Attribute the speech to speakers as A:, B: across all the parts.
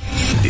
A: The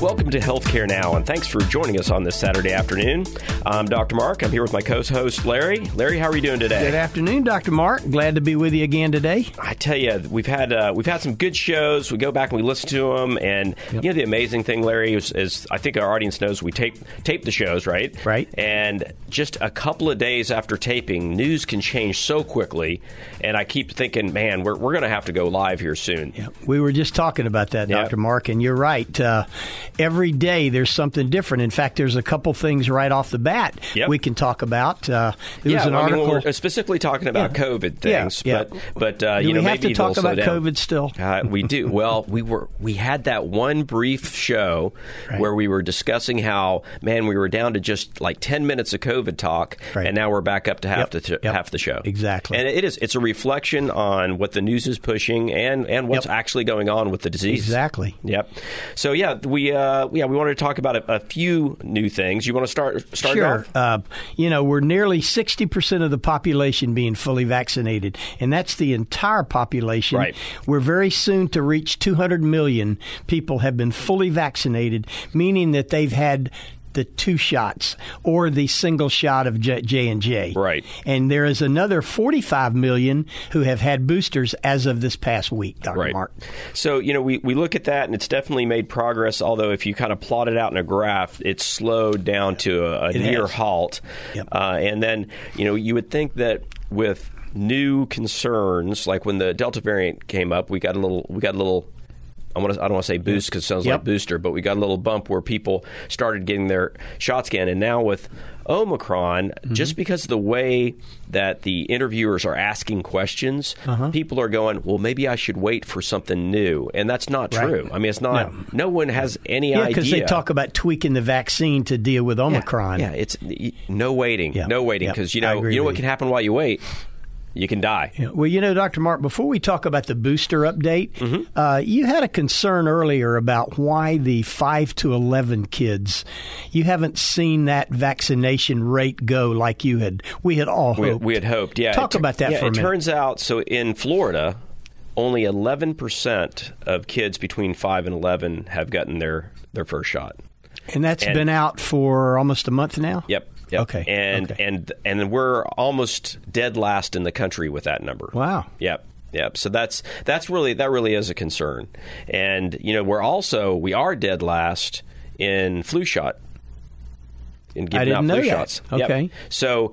B: Welcome to Healthcare Now, and thanks for joining us on this Saturday afternoon. I'm Dr. Mark. I'm here with my co-host Larry. Larry, how are you doing
C: Good
B: today?
C: afternoon, Dr. Mark. Glad to be with you again today.
B: I tell you, we've had uh, we've had some good shows. We go back and we listen to them, and you know the amazing thing, Larry, is, is I think our audience knows we tape tape the shows, right?
C: Right.
B: And just a couple of days after taping, news can change so quickly, and I keep thinking, man, we're we're going to have to go live here soon.
C: We were just talking about that,
B: Yeah.
C: Dr. Mark, and you're right. Uh, every day there's something different. In fact, there's a couple things right off the bat
B: Yep.
C: we can talk about. Uh, there was an
B: well, I mean,
C: article.
B: when we're specifically talking about COVID
C: Yeah,
B: things,
C: yeah.
B: but but uh,
C: Do
B: you know
C: we have
B: maybe
C: to talk
B: they'll slow
C: about
B: down.
C: COVID still?
B: Uh, we do. Well, we were we had that one brief show
C: Right.
B: where we were discussing how man we were down to just like ten minutes of COVID talk,
C: Right.
B: and now we're back up to half
C: Yep,
B: the
C: yep.
B: half the show
C: Exactly.
B: And it is it's a reflection on what the news is pushing and and what's
C: Yep.
B: actually going on with the disease.
C: Exactly.
B: Yep. So yeah, we uh, yeah we wanted to talk about a, a few new things. You want to start start it
C: Sure.
B: off?
C: Uh, you know, we're nearly 60% of the population being fully vaccinated, and that's the entire population.
B: Right.
C: We're very soon to reach 200 million people have been fully vaccinated, meaning that they've had the two shots or the single shot of J and J.
B: Right.
C: And there is another 45 million who have had boosters as of this past week, Dr.
B: Right.
C: Mark.
B: So, you know, we, we look at that and it's definitely made progress, although if you kind of plot it out in a graph, it's slowed down to a, a
C: It
B: near
C: has.
B: halt.
C: Yep.
B: Uh, and then, you know, you would think that with new concerns, like when the Delta variant came up, we got a little, we got a little. I, want to, I don't want to say boost because it sounds like
C: Yep.
B: booster, but we got a little bump where people started getting their shots again. And now with Omicron,
C: Mm-hmm.
B: just because of the way that the interviewers are asking questions,
C: Uh-huh.
B: people are going, well, maybe I should wait for something new. And that's not
C: Right.
B: true. I mean, it's not, no,
C: No.
B: one has any
C: Yeah,
B: idea.
C: because they talk about tweaking the vaccine to deal with Omicron.
B: Yeah, it's y- no waiting,
C: Yeah.
B: no waiting,
C: Yeah.
B: because
C: I
B: you know,
C: agree
B: you know
C: with
B: what
C: you.
B: can happen while you wait? You can die.
C: Yeah. Well, you know, Dr. Mark, before we talk about the booster update,
B: Mm-hmm.
C: uh, you had a concern earlier about why the 5 to 11 kids, you haven't seen that vaccination rate go like you had, we had all
B: we,
C: hoped.
B: we had hoped. Yeah,
C: Talk
B: It tur-
C: about that
B: yeah,
C: for a
B: it
C: minute.
B: turns out so in Florida, only 11 percent of kids between five and 11 have gotten their their first shot.
C: and that's
B: and-
C: been out for almost a month now?
B: Yep. yep.
C: Okay,
B: And
C: okay.
B: and and we're almost dead last in the country with that number.
C: Wow.
B: Yep. Yep. So that's that's really that really is a concern, and you know we're also we are dead last in flu shot. In giving
C: didn't
B: out
C: know
B: flu
C: that.
B: shots. Yep.
C: Okay.
B: So,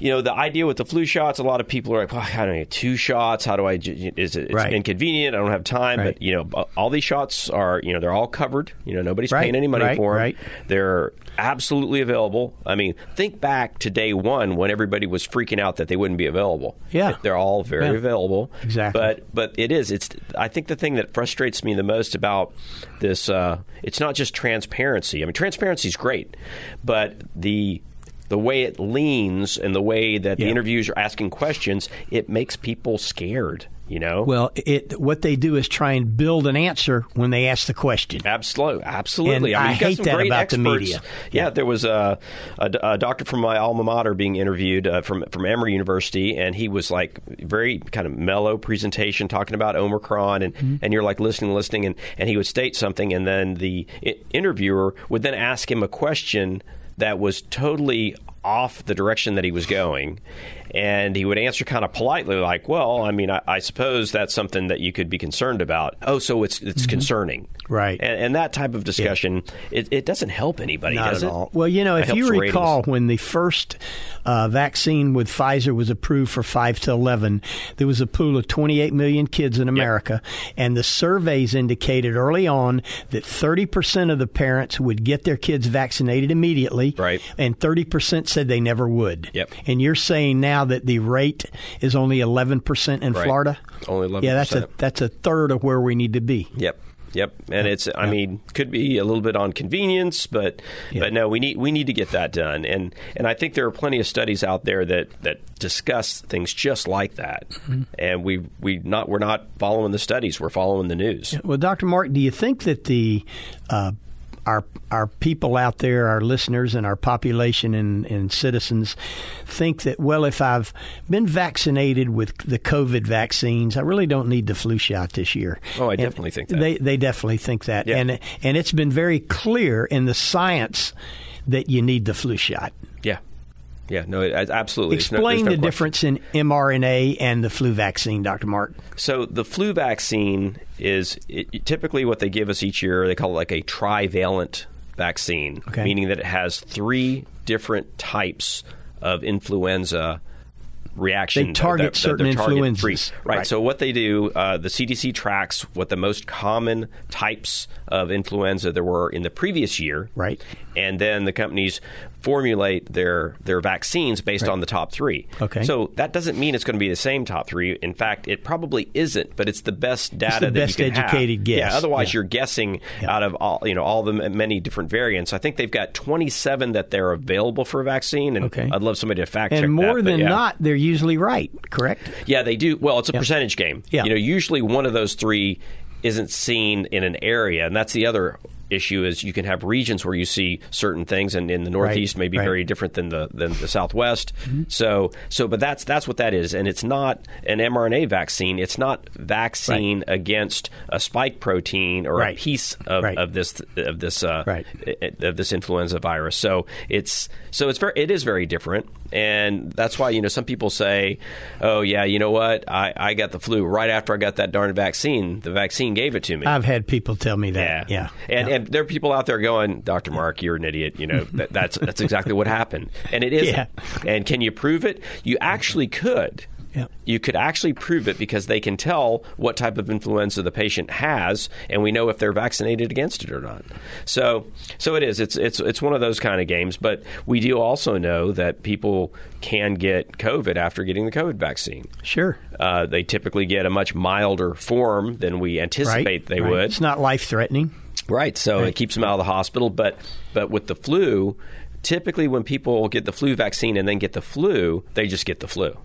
B: you know, the idea with the flu shots, a lot of people are like, well, I don't need two shots. How do I? ju- Is it it's
C: Right.
B: inconvenient? I don't have time.
C: Right.
B: But you know, all these shots are you know they're all covered. You know, nobody's
C: Right,
B: paying any money
C: right,
B: for them.
C: right.
B: They're absolutely available. I mean, think back to day one when everybody was freaking out that they wouldn't be available.
C: Yeah.
B: they're all very
C: Yeah.
B: available.
C: Exactly.
B: But but it is. It's I think the thing that frustrates me the most about this. Uh, it's not just transparency. I mean, transparency is great, but the the way it leans and the way that the
C: Yeah.
B: interviews are asking questions, it makes people scared. You know.
C: Well, it what they do is try and build an answer when they ask the question.
B: Absolutely, absolutely.
C: And
B: I, mean,
C: I
B: you've got
C: hate
B: some
C: that
B: great
C: about the
B: experts.
C: media.
B: Yeah, there was a, a, a doctor from my alma mater being interviewed uh, from from Emory University, and he was like very kind of mellow presentation talking about Omicron, and, and you're like listening, listening, and, and he would state something, and then the i- interviewer would then ask him a question that was totally off the direction that he was going. And he would answer kind of politely, like, "Well, I mean, I, I suppose that's something that you could be concerned about." Oh, so it's it's concerning,
C: Right.
B: And, and that type of discussion, it, it doesn't help anybody,
C: Not
B: does
C: at
B: it?
C: all. Well, you know,
B: It
C: if you
B: helps ratings.
C: recall, when the first uh, vaccine with Pfizer was approved for 5 to 11, there was a pool of 28 million kids in America. And the surveys indicated early on that 30% of the parents would get their kids vaccinated immediately.
B: Right.
C: And 30% said they never would.
B: Yep.
C: And you're saying now that the rate is only 11% in
B: Right.
C: Florida?
B: Only 11%.
C: Yeah, that's a, that's a third of where we need to be.
B: Yep. Yep. And it's I mean, could be a little bit on convenience, but but no, we need we need to get that done. And and I think there are plenty of studies out there that that discuss things just like that.
C: Mm-hmm.
B: And we we not we're not following the studies, we're following the news.
C: Well, Dr. Mark, do you think that the uh, our our people out there, our listeners, and our population and, and citizens think that well, if I've been vaccinated with the COVID vaccines, I really don't need the flu shot this year.
B: Oh, I
C: And
B: definitely think that.
C: They they definitely think that,
B: Yeah.
C: and and it's been very clear in the science that you need the flu shot.
B: Yeah. Yeah, no, it, absolutely. There's no-
C: Explain
B: there's no
C: the
B: question.
C: difference in mRNA and the flu vaccine, Dr. Mark.
B: So the flu vaccine is it, typically what they give us each year. They call it like a trivalent vaccine,
C: Okay.
B: meaning that it has three different types of influenza reaction.
C: They target
B: that- that they're
C: certain
B: targeting free.
C: influenzas.
B: Right.
C: Right.
B: So what they do, uh, the CDC tracks what the most common types of influenza there were in the previous year.
C: Right.
B: And then the companies formulate their their vaccines based on the top three.
C: Okay.
B: So that doesn't mean it's going to be the same top three. In fact, it probably isn't, but it's the best data that
C: best
B: you can have.
C: educated guess.
B: Yeah, otherwise
C: Yeah.
B: you're guessing out of all you know all the m- many different variants. I think they've got 27 that they're available for vaccine, and
C: Okay.
B: I'd love somebody to fact check
C: And
B: that,
C: more
B: but
C: than
B: yeah.
C: not, they're usually right. Correct.
B: Yeah, they do. Well, it's a percentage game.
C: Yeah.
B: You know, usually one of those three isn't seen in an area, and that's the other issue is you can have regions where you see certain things and in the northeast may be
C: right. Mm-hmm.
B: very different than the than the southwest so so but that's that's what that is and it's not an mRNA vaccine it's not vaccine against a spike protein or a
C: Right.
B: piece of,
C: Right.
B: of this of this uh,
C: Right.
B: i- of this influenza virus. So it's so it's very it is very different, and that's why you know some people say, "Oh yeah, you know what? I, I got the flu right after I got that darn vaccine. The vaccine gave it to me."
C: I've had people tell me
B: yeah,
C: that. Yeah.
B: and and there are people out there going, "Dr. Mark, you're an idiot." You know that, that's that's exactly what happened, and it isn't.
C: Yeah.
B: And can you prove it? You actually could.
C: Yeah.
B: You could actually prove it because they can tell what type of influenza the patient has, and we know if they're vaccinated against it or not. So, so it is. It's it's it's one of those kind of games. But we do also know that people can get COVID after getting the COVID vaccine.
C: Sure.
B: Uh, they typically get a much milder form than we anticipate
C: Right.
B: they
C: right.
B: would.
C: It's not life threatening.
B: Right. So it keeps them out of the hospital. But but with the flu, typically when people get the flu vaccine and then get the flu, they just get the flu.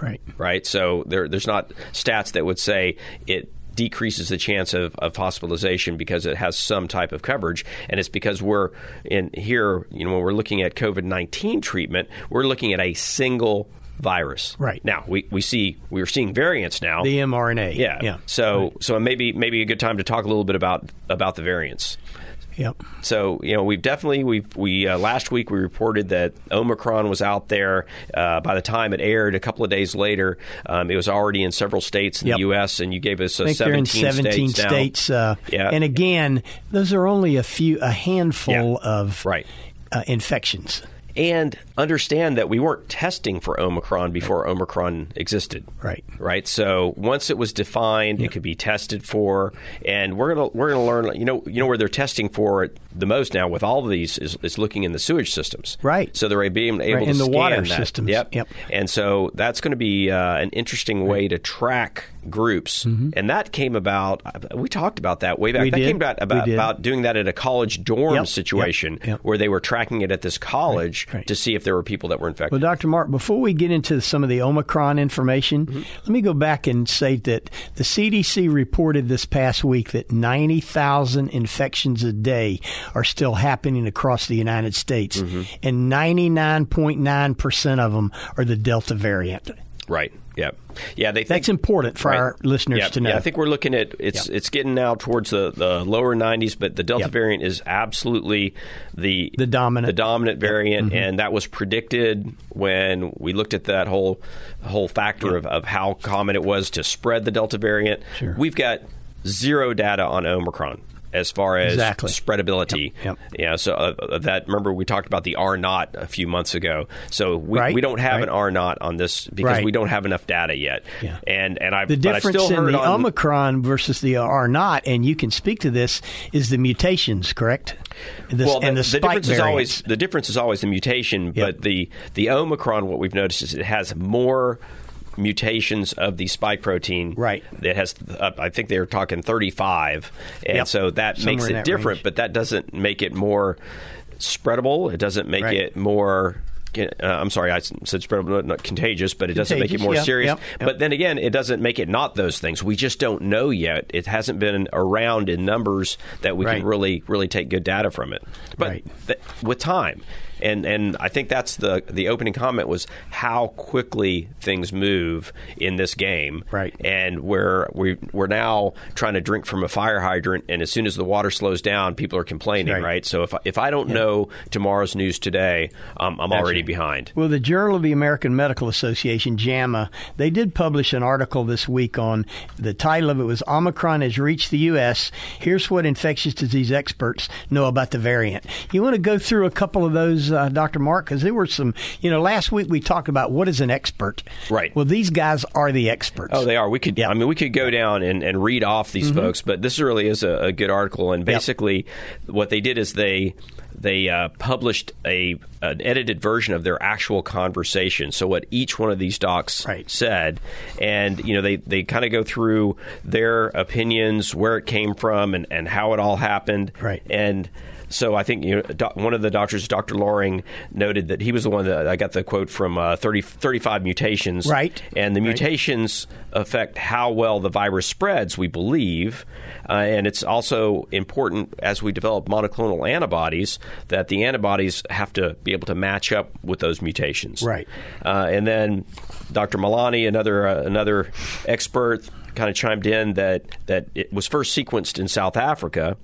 C: Right.
B: Right. So there, there's not stats that would say it decreases the chance of, of hospitalization because it has some type of coverage and it's because we're in here you know when we're looking at covid-19 treatment we're looking at a single virus
C: Right.
B: now we, we see we're seeing variants now
C: The mRNA.
B: yeah.
C: Yeah.
B: So so maybe maybe a good time to talk a little bit about about the variants.
C: Yep.
B: So you know we've definitely we we uh, last week we reported that Omicron was out there. Uh, by the time it aired, a couple of days later, um, it was already in several states in
C: Yep.
B: the U.S. And you gave us uh,
C: I think they're in
B: 17
C: 17 states.
B: now.
C: uh,
B: Yeah.
C: And again, those are only a few, a handful
B: Yeah.
C: of
B: Right.
C: uh, infections.
B: and understand that we weren't testing for Omicron before Omicron existed.
C: Right.
B: Right. So once it was defined, it could be tested for, and we're gonna we're gonna learn. You know, you know where they're testing for it the most now with all of these is, is looking in the sewage systems.
C: Right.
B: So they're being able
C: Right,
B: to
C: in the
B: scan
C: water
B: that.
C: systems.
B: Yep.
C: Yep.
B: And so that's going to be uh, an interesting way to track groups, and that came about. We talked about that way back.
C: Mm-hmm. We
B: that
C: did.
B: came about
C: We
B: about,
C: did.
B: about doing that at a college dorm
C: Yep.
B: situation
C: Yep. Yep.
B: where they were tracking it at this college
C: right.
B: to see if there were people that were infected.
C: Well, Dr. Mark, before we get into some of the Omicron information,
B: Mm-hmm.
C: let me go back and say that the CDC reported this past week that 90,000 infections a day are still happening across the United
B: Mm-hmm.
C: States, and 99.9% of them are the Delta variant.
B: Right. Yeah. Yeah. They think
C: That's important for
B: Right.
C: our listeners
B: Yeah,
C: to know.
B: Yeah, I think we're looking at it's it's getting now towards the, the lower 90s, but the Delta
C: Yep.
B: variant is absolutely the
C: The dominant. Mm-hmm.
B: the dominant variant, and that was predicted when we looked at that whole whole factor of, of how common it was to spread the Delta variant.
C: Sure.
B: We've got zero data on Omicron. As far as
C: Exactly.
B: spreadability,
C: Yep, yep.
B: yeah. So uh, uh, that remember we talked about the R naught a few months ago. So we,
C: Right,
B: we don't have
C: right.
B: an R naught on this because
C: Right.
B: we don't have enough data yet.
C: Yeah.
B: And and I
C: the
B: but I
C: difference
B: still
C: in
B: heard
C: the
B: on-
C: Omicron versus the R not, and you can speak to this, is the mutations, correct? This,
B: well, the,
C: and the,
B: the
C: spike
B: difference is
C: variants.
B: always the difference is always the mutation,
C: Yeah.
B: but the the Omicron, what we've noticed is it has more mutations of the spike protein.
C: Right.
B: It has, uh, I think they were talking 35, and
C: Yep.
B: so that
C: Somewhere
B: makes
C: in
B: it
C: that
B: different,
C: range.
B: but that doesn't make it more spreadable. It doesn't make
C: Right.
B: it more. Uh, I'm sorry, I said spreadable, not contagious, but it doesn't make it
C: Contagious,
B: more
C: yeah,
B: serious.
C: yep, yep.
B: But then again, it doesn't make it not those things. We just don't know yet. It hasn't been around in numbers that we
C: Right.
B: can really really take good data from it. But
C: Right.
B: th- with time, and and I think that's the the opening comment was how quickly things move in this game.
C: Right.
B: And we're we, we're now trying to drink from a fire hydrant, and as soon as the water slows down, people are complaining.
C: Right.
B: Right. So if I- if I don't know tomorrow's news today, um, I'm already behind.
C: Well, the Journal of the American Medical Association, JAMA, they did publish an article this week on the title of it was Omicron has reached the U.S. Here's what infectious disease experts know about the variant. You want to go through a couple of those, uh, Dr. Mark, because there were some, you know, last week we talked about what is an expert.
B: Right.
C: Well, these guys are the experts.
B: Oh, they are. We could. I mean, we could go down and, and read off these
C: Mm-hmm.
B: folks, but this really is a, a good article. And basically, what they did is they they uh, published a an edited version of their actual conversation. So what each one of these docs
C: Right.
B: said, and you know they they kind of go through their opinions, where it came from, and and how it all happened.
C: Right.
B: And so I think you know, doc, one of the doctors, Dr. Loring, noted that he was the one that I got the quote from uh, 30, 35 mutations.
C: Right.
B: And the mutations affect how well the virus spreads, we believe. Uh, and it's also important as we develop monoclonal antibodies that the antibodies have to be able to match up with those mutations.
C: Right.
B: Uh, and then Dr. Milani, another uh, another expert, kind of chimed in that that it was first sequenced in South Africa,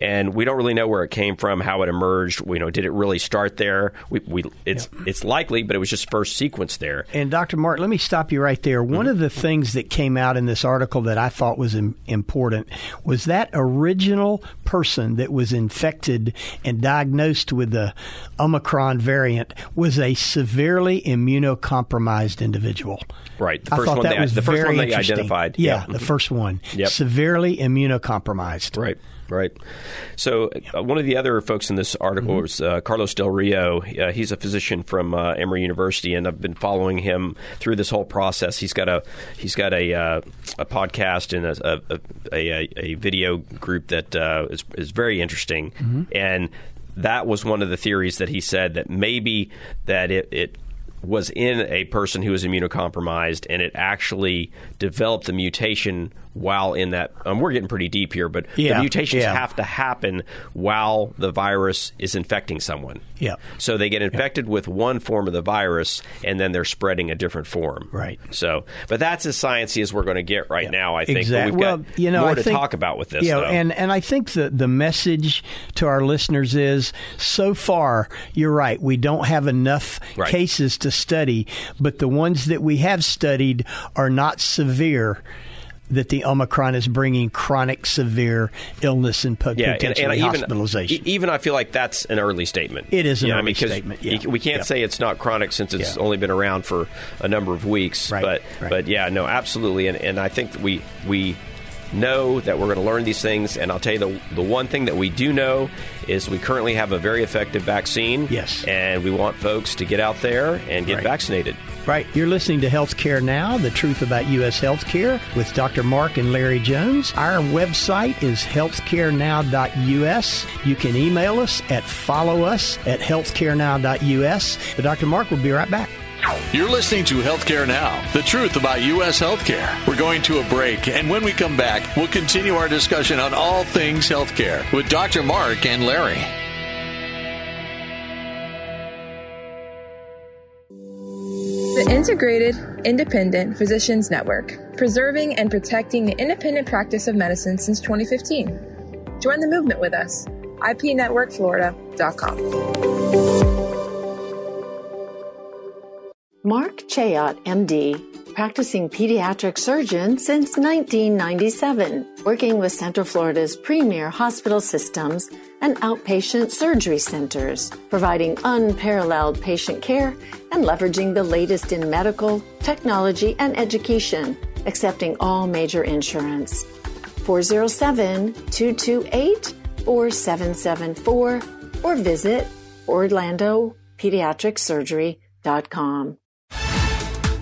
B: and we don't really know where it came from, how it emerged. We, you know, did it really start there? We, we it's it's likely, but it was just first sequenced there.
C: And Dr. Mark, let me stop you right there.
B: Mm-hmm.
C: One of the things that came out in this article that I thought was Im- important was that original person that was infected and diagnosed with the Omicron variant was a severely immunocompromised individual.
B: Right. The
C: I
B: first
C: thought
B: one
C: that
B: they-
C: was
B: the first
C: very
B: one they
C: interesting.
B: identified.
C: Yeah,
B: Yeah. Mm-hmm.
C: the first one.
B: Yep.
C: Severely immunocompromised.
B: Right, right. So uh, one of the other folks in this article was uh, Carlos Del Rio. Uh, he's a physician from uh, Emory University, and I've been following him through this whole process. He's got a he's got a uh, a podcast and a a, a, a, a video group that uh, is is very interesting and. That was one of the theories that he said that maybe that it, it was in a person who was immunocompromised, and it actually developed the mutation while in that. Um, we're getting pretty deep here, but
C: Yeah,
B: the mutations
C: yeah.
B: have to happen while the virus is infecting someone.
C: Yeah.
B: So they get infected with one form of the virus, and then they're spreading a different form.
C: Right.
B: So, but that's as sciency as we're going to get right now. I think. But
C: Exactly.
B: we've
C: well,
B: got
C: you know,
B: more
C: I
B: to
C: think-
B: talk about with this.
C: Yeah,
B: though.
C: and and I think the the message to our listeners is: so far, you're right. We don't have enough
B: Right.
C: cases to study, but the ones that we have studied are not severe. That the Omicron is bringing chronic severe illness and po-
B: yeah, and,
C: potentially
B: and even,
C: hospitalization.
B: e- Even I feel like that's an early statement.
C: It is an
B: You know,
C: early
B: because
C: statement,
B: you
C: yeah.
B: c- we can't
C: Yeah.
B: say it's not chronic since it's
C: Yeah.
B: only been around for a number of weeks.
C: Right,
B: But
C: right.
B: but yeah, no, absolutely. And and I think that we we know that we're going to learn these things. And I'll tell you the the one thing that we do know is we currently have a very effective vaccine.
C: Yes.
B: and we want folks to get out there and get
C: Right.
B: vaccinated.
C: Right. You're listening to Healthcare Now, the truth about U.S. healthcare with Dr. Mark and Larry Jones. Our website is healthcarenow.us. You can email us at follow us at healthcarenow.us. But Dr. Mark will be right back.
D: You're listening to Healthcare Now, the truth about U.S. healthcare. We're going to a break, and when we come back, we'll continue our discussion on all things healthcare with Dr. Mark and Larry.
E: The The Integrated Independent Physicians Network, preserving and protecting the independent practice of medicine since 2015. Join the movement with us. IPNetworkFlorida.com.
F: Mark Chayot, MD, practicing pediatric surgeon since 1997, working with Central Florida's premier hospital systems and outpatient surgery centers, providing unparalleled patient care and leveraging the latest in medical, technology, and education, accepting all major insurance. 407 228 4774 or visit OrlandoPediatricSurgery.com.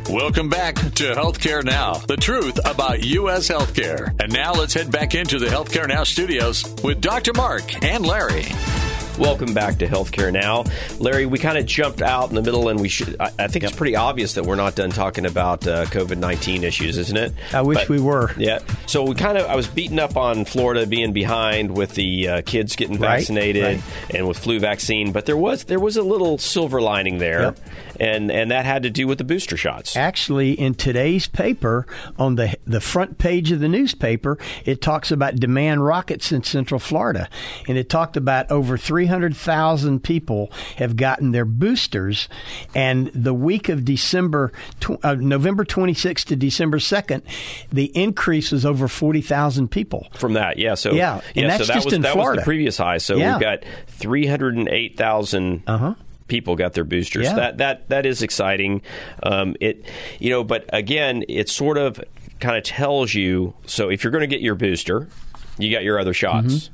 D: Welcome back to Healthcare Now, the truth about U.S. healthcare. And now let's head back into the Healthcare Now studios with Dr. Mark and Larry.
B: Welcome back to Healthcare Now, Larry. We kind of jumped out in the middle, and we should—I I think it's pretty obvious that we're not done talking about uh, COVID nineteen issues, isn't it?
C: I wish
B: But-
C: we were.
B: Yeah. So we kind of—I was beaten up on Florida being behind with the uh, kids getting
C: Right,
B: vaccinated
C: right.
B: and with flu vaccine, but there was there was a little silver lining there,
C: Yep.
B: and and that had to do with the booster shots.
C: Actually, in today's paper, on the the front page of the newspaper, it talks about demand rockets in Central Florida, and it talked about over three hundred thousand people have gotten their boosters, and the week of December, tw- uh, November twenty sixth to December second, the increase was over forty thousand people.
B: from that. Yeah, so
C: Yeah, and
B: so
C: that's
B: that
C: just
B: was
C: in
B: that was
C: Florida.
B: the previous high. So
C: Yeah. Uh-huh.
B: we've got three hundred and eight thousand. People got their boosters.
C: Yeah.
B: That that that is exciting. Um, it, you know, but again, it sort of kind of tells you. So if you're going to get your booster, you got your other shots.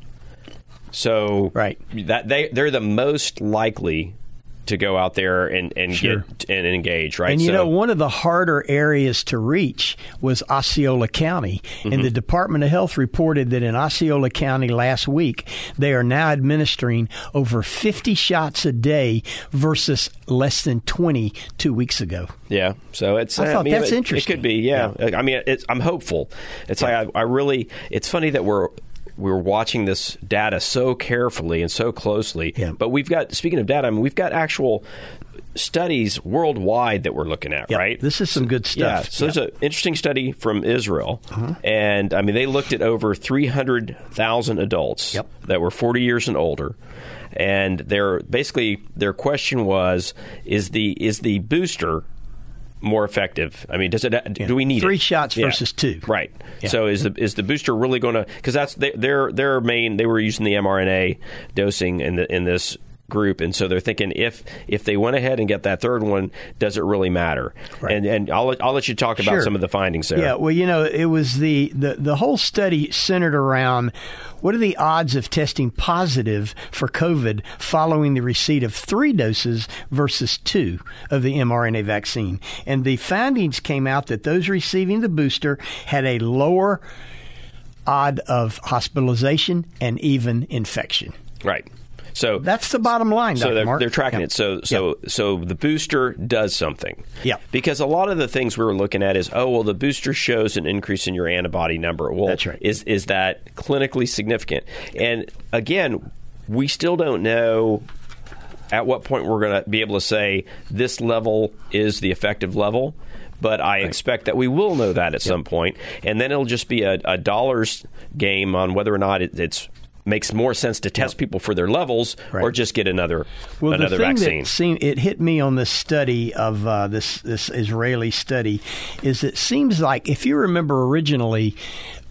B: So
C: Mm-hmm. Right.
B: that they they're the most likely to go out there and and get and engage. Right.
C: And you
B: so,
C: know, one of the harder areas to reach was Osceola County.
B: Mm-hmm.
C: And the Department of Health reported that in Osceola County last week, they are now administering over 50 shots a day versus less than 20 two weeks ago.
B: Yeah, so it's. uh,
C: I thought
B: mean,
C: that's
B: it,
C: interesting.
B: It could be. Yeah, I mean, it's, I'm hopeful. It's like I, I really. It's funny that we're we're watching this data so carefully and so closely.
C: Yeah.
B: But we've got speaking of data, I mean, we've got actual studies worldwide that we're looking at,
C: Yeah,
B: right?
C: This is some good
B: Yeah,
C: stuff.
B: so there's an interesting study from Israel, and I mean they looked at over 300,000 adults
C: Yep.
B: that were 40 years and older, and their basically their question was is the is the booster more effective? I mean, does it do we need
C: Three
B: it?
C: shots versus two.
B: Right. So is the is the booster really going to because that's their- their their main they were using the mRNA dosing in the in this group and so they're thinking if if they went ahead and get that third one does it really matter
C: Right.
B: and and I'll, let- I'll let you talk about
C: Sure.
B: some of the findings there
C: Yeah, well, you know, it was the, the, the whole study centered around what are the odds of testing positive for COVID following the receipt of three doses versus two of the mRNA vaccine. And the findings came out that those receiving the booster had a lower odd of hospitalization and even infection.
B: right so
C: That's the bottom line,
B: so
C: Dr.
B: they're,
C: Mark.
B: they're tracking
C: Yeah.
B: it. So so so the booster does something.
C: Yeah.
B: Because a lot of the things we were looking at is oh well the booster shows an increase in your antibody number. Well,
C: That's right.
B: Is is that clinically significant? And again, we still don't know. At what point we're going to be able to say this level is the effective level, but I expect that we will know that at some point, and then it'll just be a, a dollars game on whether or not it, it's makes more sense to test people for their levels
C: Right.
B: or just get another
C: Well,
B: another
C: the thing
B: vaccine.
C: that seemed it hit me on this study of uh, this this Israeli study is it seems like if you remember originally.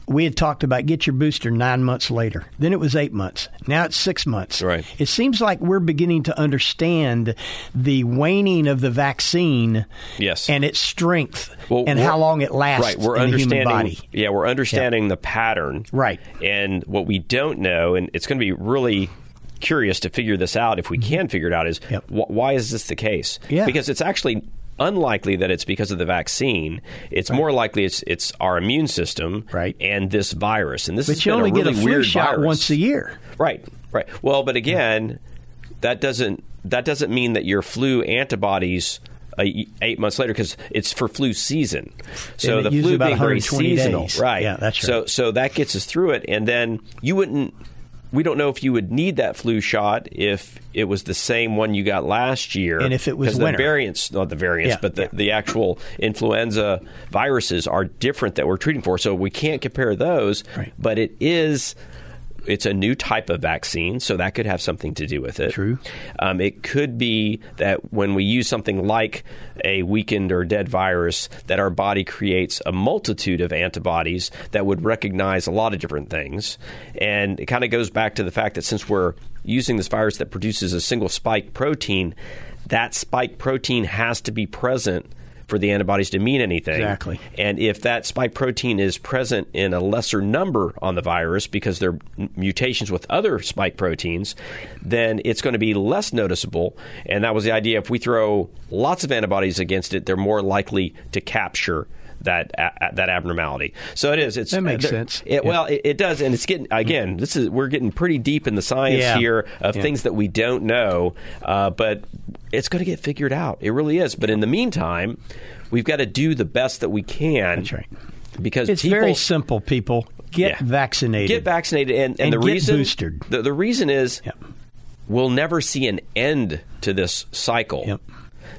C: We had talked about get your booster nine months later. Then it was eight months. Now it's six months.
B: Right.
C: It seems like we're beginning to understand the waning of the vaccine
B: Yes.
C: and its strength
B: Well,
C: and
B: we're-
C: how long it lasts
B: right, we're
C: in the
B: understanding.
C: human body.
B: Yeah, we're understanding the pattern.
C: Right.
B: And what we don't know, and it's going to be really curious to figure this out if we can figure it out, is
C: Mm-hmm. Yep.
B: wh- why is this the case?
C: Yeah.
B: Because it's actually unlikely that it's because of the vaccine. It's more likely it's it's our immune system
C: Right.
B: and this virus. And this
C: But
B: has
C: you
B: been
C: only
B: a really
C: get a flu
B: weird
C: shot
B: virus.
C: once a year.
B: Right, right. Well, but again, that doesn't that doesn't mean that your flu antibodies uh, eight months later because it's for flu season. So
C: And it
B: the
C: uses
B: flu
C: about
B: being very
C: 120
B: seasonal,
C: days.
B: right?
C: Yeah, that's
B: So
C: right.
B: so that gets us through it, and then you wouldn't. we don't know if you would need that flu shot if it was the same one you got last year.
C: And if it was
B: 'Cause
C: winter.
B: the variants, not the variants,
C: Yeah.
B: but the, the actual influenza viruses are different that we're treating for. So we can't compare those,
C: Right.
B: but it is. It's a new type of vaccine, so that could have something to do with it.
C: True.
B: Um, it could be that when we use something like a weakened or dead virus, that our body creates a multitude of antibodies that would recognize a lot of different things. And it kind of goes back to the fact that since we're using this virus that produces a single spike protein, that spike protein has to be present for the antibodies to mean anything.
C: Exactly.
B: And if that spike protein is present in a lesser number on the virus because there are m- mutations with other spike proteins, then it's going to be less noticeable. And that was the idea. If we throw lots of antibodies against it, they're more likely to capture. That a- a- that abnormality. So it is. It's,
C: That makes
B: there-
C: sense.
B: It, Well, it, it does, and it's getting again. This is we're getting pretty deep in the science
C: Yeah.
B: here of
C: Yeah.
B: things that we don't know, uh, but it's going to get figured out. It really is. But in the meantime, we've got to do the best that we can.
C: That's right.
B: Because
C: It's
B: people
C: very simple, people. Get
B: Yeah.
C: vaccinated.
B: get vaccinated, and, and,
C: And
B: the
C: get
B: reason
C: boosted.
B: The, the reason is
C: Yep.
B: we'll never see an end to this cycle.
C: Yep.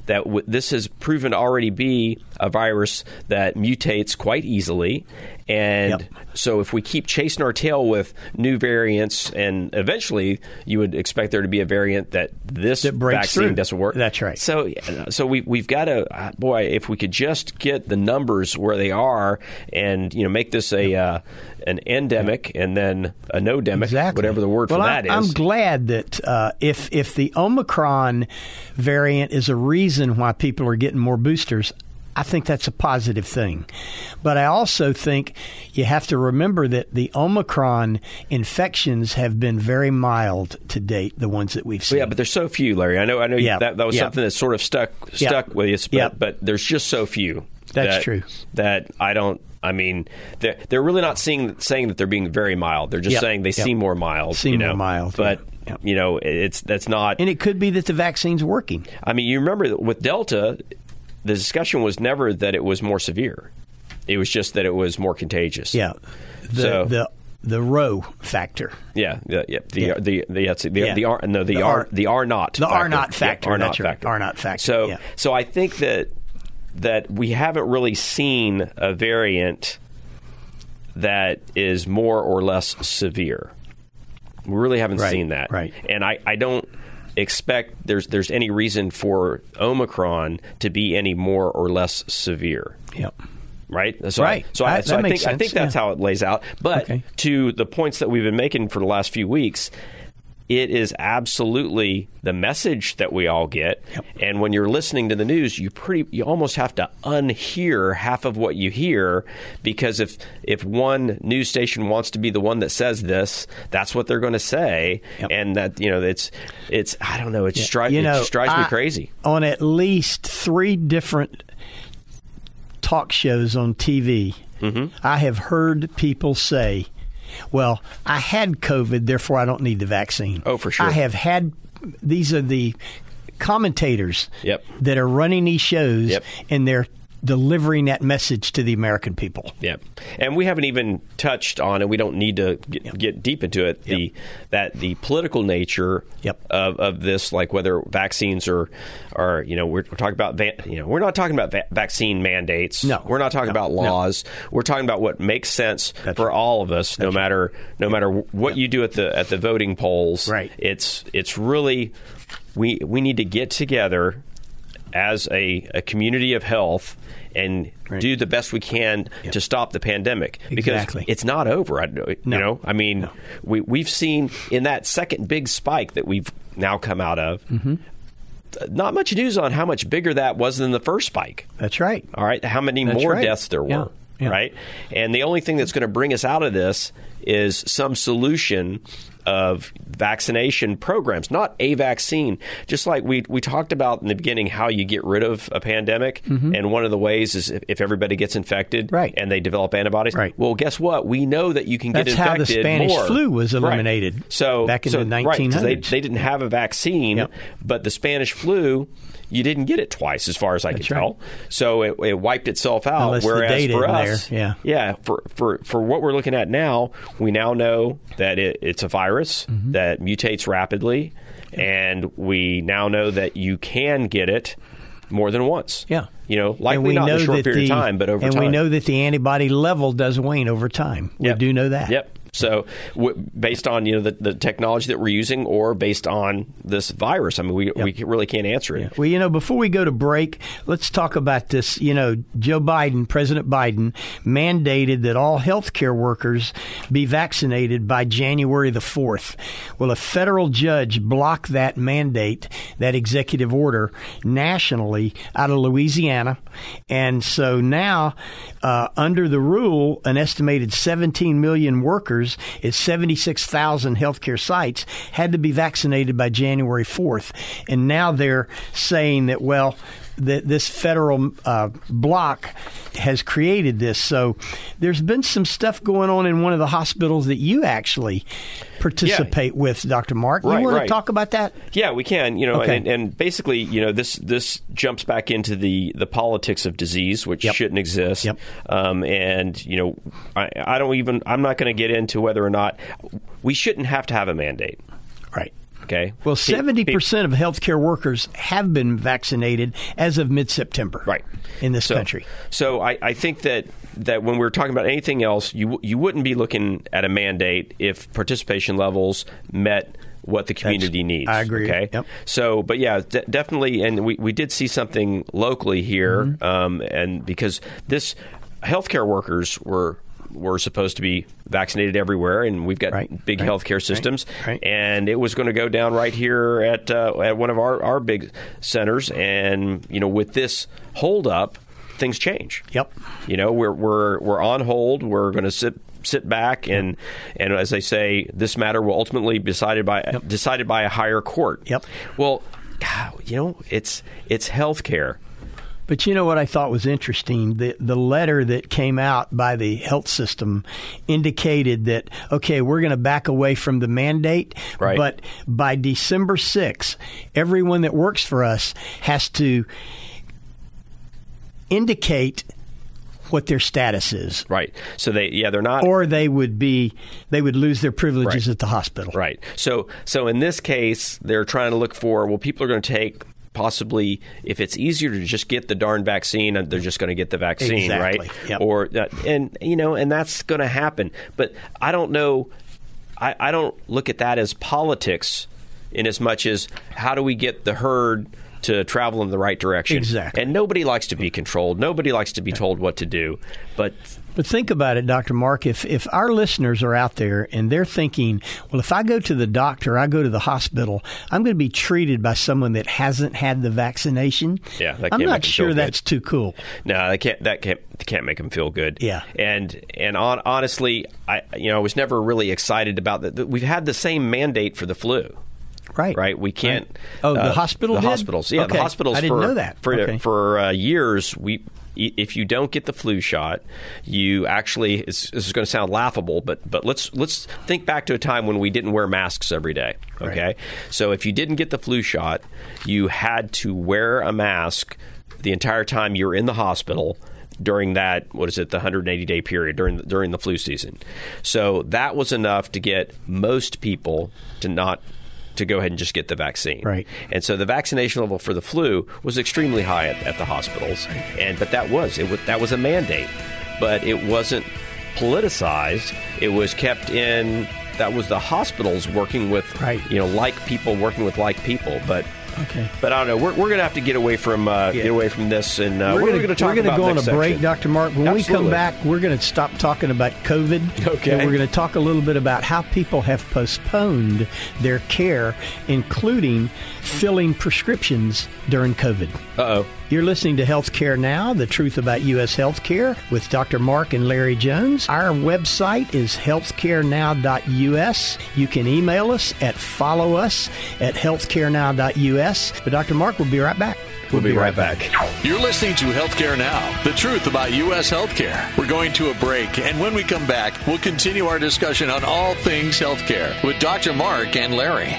B: That w- this has proven to already be a virus that mutates quite easily, and
C: Yep.
B: so if we keep chasing our tail with new variants, and eventually you would expect there to be a variant that this
C: That breaks
B: vaccine
C: through.
B: doesn't work.
C: That's right.
B: So so we we've got to uh, boy, if we could just get the numbers where they are, and you know make this a uh, an endemic and then a no demic,
C: Exactly.
B: whatever the word
C: well,
B: for
C: I,
B: that is.
C: I'm glad that uh, if if the Omicron variant is a reason why people are getting more boosters, I think that's a positive thing. But I also think you have to remember that the Omicron infections have been very mild to date. The ones that we've seen.
B: Yeah, but there's so few, Larry. I know. I know you-
C: Yeah,
B: that, that was
C: yeah.
B: something that sort of stuck
C: Yeah.
B: stuck with you, but,
C: Yeah.
B: but there's just so few.
C: That's
B: that-
C: true.
B: That I don't. I mean, they're, they're really not seeing saying that they're being very mild. They're just
C: Yeah.
B: saying they
C: Yeah.
B: seem more mild.
C: Seem
B: you
C: more
B: know.
C: mild,
B: But
C: yeah. Yeah.
B: you know, it's that's not.
C: and it could be that the vaccine's working.
B: I mean, you remember that with Delta, the discussion was never that it was more severe. It was just that it was more contagious.
C: Yeah, the
B: So-
C: the the row factor.
B: Yeah, yeah, yeah. The,
C: Yeah.
B: the the that's it. the
C: Yeah.
B: the R no the,
C: The
B: R,
C: R-
B: the R not
C: the R not factor,
B: R not
C: that's right.
B: factor
C: R not factor,
B: So
C: yeah.
B: so I think that that we haven't really seen a variant that is more or less severe. We really haven't
C: Right,
B: seen that.
C: right.
B: And I, I don't expect there's there's any reason for Omicron to be any more or less severe
C: Yep.
B: right? So
C: Right.
B: I, so I,
C: That-
B: so
C: that
B: I think
C: makes
B: I think
C: sense,
B: that's
C: yeah.
B: how it lays out. But
C: Okay.
B: to the points that we've been making for the last few weeks, it is absolutely the message that we all get. And when you're listening to the news, you pretty you almost have to unhear half of what you hear because if if one news station wants to be the one that says this, that's what they're going to say.
C: Yep.
B: And that you know it's it's I don't know it, stri-
C: you know,
B: it just drives me
C: I-
B: crazy.
C: on at least three different talk shows on TV,
B: Mm-hmm.
C: I have heard people say, "Well, I had COVID, therefore I don't need the vaccine."
B: Oh, for sure.
C: I have had. These are the commentators
B: Yep.
C: that are running these shows,
B: Yep.
C: and they're delivering that message to the American people.
B: Yeah, and we haven't even touched on, and we don't need to get, get deep into it. The that the political nature
C: Yep.
B: of, of this, like whether vaccines are, are you know, we're, we're talking about, va- you know, we're not talking about va- vaccine mandates.
C: No.
B: we're not talking about laws. We're talking about what makes sense for all of us, no matter no matter what you do at the at the voting polls.
C: Right.
B: It's it's really we we need to get together as a, a community of health and
C: Right.
B: do the best we can to stop the pandemic because
C: Exactly.
B: it's not over. I, you
C: No.
B: know, I mean, we we've seen in that second big spike that we've now come out of.
C: Mm-hmm.
B: Not much news on how much bigger that was than the first spike.
C: That's right.
B: All right, how many
C: That's
B: more
C: right.
B: deaths there were,
C: Yeah. Yeah.
B: right? And the only thing that's going to bring us out of this is some solution of vaccination programs, not a vaccine. Just like we we talked about in the beginning, how you get rid of a pandemic, and one of the ways is if, if everybody gets infected,
C: Mm-hmm. Right.
B: and they develop antibodies.
C: Right.
B: Well, guess what? We know that you can
C: That's
B: get
C: how the
B: infected.
C: Spanish
B: more.
C: flu was eliminated
B: Right. So
C: back in
B: so-
C: the
B: right, 'cause they-
C: 1900s.
B: they didn't have a vaccine,
C: Yep.
B: but the Spanish flu, you didn't get it twice, as far as I
C: That's
B: can
C: right.
B: tell. So it, it wiped itself out.
C: Unless the
B: whereas
C: data
B: for
C: in
B: us,
C: there, yeah.
B: yeah, for, for for what we're looking at now, we now know that it, it's a virus
C: Mm-hmm.
B: that mutates rapidly, and we now know that you can get it more than once.
C: Yeah.
B: you know,
C: and
B: likely
C: we
B: not
C: know
B: in a short
C: that
B: period
C: the,
B: of time, but over
C: and
B: time.
C: we know that the antibody level does wane over time. We
B: Yep.
C: do know that.
B: Yep. So, w- based on you know the, the technology that we're using, or based on this virus, I mean, we we really can't answer it.
C: Well, you know, before we go to break, let's talk about this. You know, Joe Biden, President Biden, mandated that all healthcare workers be vaccinated by January the 4th. Well, a federal judge blocked that mandate, that executive order, nationally out of Louisiana. And so now, uh, under the rule, an estimated 17 million workers at 76,000 healthcare sites had to be vaccinated by January 4th. And now they're saying that, well, that this federal uh, block has created this. So there's been some stuff going on in one of the hospitals that you actually participate with, Dr. Mark.
B: Right,
C: you want
B: right.
C: to talk about that?
B: Yeah, we can. You know,
C: Okay.
B: and, and basically, you know, this this jumps back into the the politics of disease, which
C: Yep.
B: shouldn't exist.
C: Yep.
B: Um, and you know, I, I don't even. I'm not going to get into whether or not we shouldn't have to have a mandate.
C: Right.
B: Okay.
C: Well,
B: Pe-
C: seventy
B: pe-
C: percent of healthcare workers have been vaccinated as of mid-September,
B: Right.
C: in this
B: So-
C: country.
B: So I, I think that that when we're talking about anything else, you you wouldn't be looking at a mandate if participation levels met what the community needs.
C: I agree.
B: Okay.
C: Yep.
B: So, but yeah, de- definitely, and we, we did see something locally here,
C: Mm-hmm.
B: um, and because this healthcare workers were were supposed to be vaccinated everywhere, and we've got
C: Right.
B: big
C: Right.
B: healthcare systems,
C: Right.
B: and it was going to go down right here at uh, at one of our, our big centers, and you know, with this holdup, things change.
C: Yep.
B: You know, we're we're we're on hold. We're going to sit sit back and and as they say, this matter will ultimately be decided by decided by a higher court.
C: Yep.
B: Well, God, you know, it's it's healthcare.
C: But you know what I thought was interesting? The, the letter that came out by the health system indicated that, okay, we're going to back away from the mandate,
B: Right.
C: but by December 6th, everyone that works for us has to indicate what their status is.
B: Right. So they yeah, they're not
C: Or they would be, they would lose their privileges
B: Right.
C: at the hospital.
B: Right. So so in this case, they're trying to look for well, people are going to take possibly if it's easier to just get the darn vaccine, uh, they're just going to get the vaccine,
C: Exactly.
B: right?
C: Yep.
B: Or uh, and you know, and that's going to happen. But I don't know. I, I don't look at that as politics in as much as how do we get the herd to travel in the right direction
C: Exactly.
B: and nobody likes to be controlled nobody likes to be told what to do but
C: But think about it, Dr. Mark. If, if our listeners are out there and they're thinking, well, if I go to the doctor, I go to the hospital, I'm going to be treated by someone that hasn't had the vaccination.
B: Yeah, that
C: I'm
B: can't
C: not
B: make you feel
C: sure
B: good.
C: that's too cool.
B: No, that can't. That can't. That can't make them feel good.
C: Yeah.
B: And and on, honestly, I you know I was never really excited about that. We've had the same mandate for the flu.
C: Right.
B: Right. We can't.
C: Oh, the
B: uh,
C: hospital
B: The
C: did?
B: hospitals. Yeah,
C: Okay.
B: the hospitals.
C: I didn't
B: for,
C: know that.
B: For
C: Okay.
B: for uh, years, we i- if you don't get the flu shot, you actually it's, this is going to sound laughable, but but let's let's think back to a time when we didn't wear masks every day. Okay. So if you didn't get the flu shot, you had to wear a mask the entire time you were in the hospital during that what is it the 180 day period during the, during the flu season. So that was enough to get most people to not to go ahead and just get the vaccine.
C: Right.
B: And so the vaccination level for the flu was extremely high at, at the hospitals, and but that was it was that was a mandate, but it wasn't politicized. It was kept in. That was the hospitals working with
C: Right.
B: you know like people working with like people, but.
C: Okay.
B: But I don't know. We're, we're going to have to get away from uh,
C: Yeah.
B: get away from this, and uh, what are we going to talk
C: we're gonna
B: about
C: go on a
B: next
C: break,
B: section?
C: Dr. Mark. When we
B: Absolutely.
C: come back, we're going to stop talking about COVID.
B: Okay.
C: And we're going to talk a little bit about how people have postponed their care, including filling prescriptions during COVID.
B: Uh-oh.
C: You're listening to Healthcare Now, the truth about U.S. healthcare with Dr. Mark and Larry Jones. Our website is healthcarenow.us. You can email us at follow us at healthcarenow.us. But Dr. Mark will be right back.
B: We'll be right back.
D: You're listening to Healthcare Now, the truth about U.S. healthcare. We're going to a break, and when we come back, we'll continue our discussion on all things healthcare with Dr. Mark and Larry.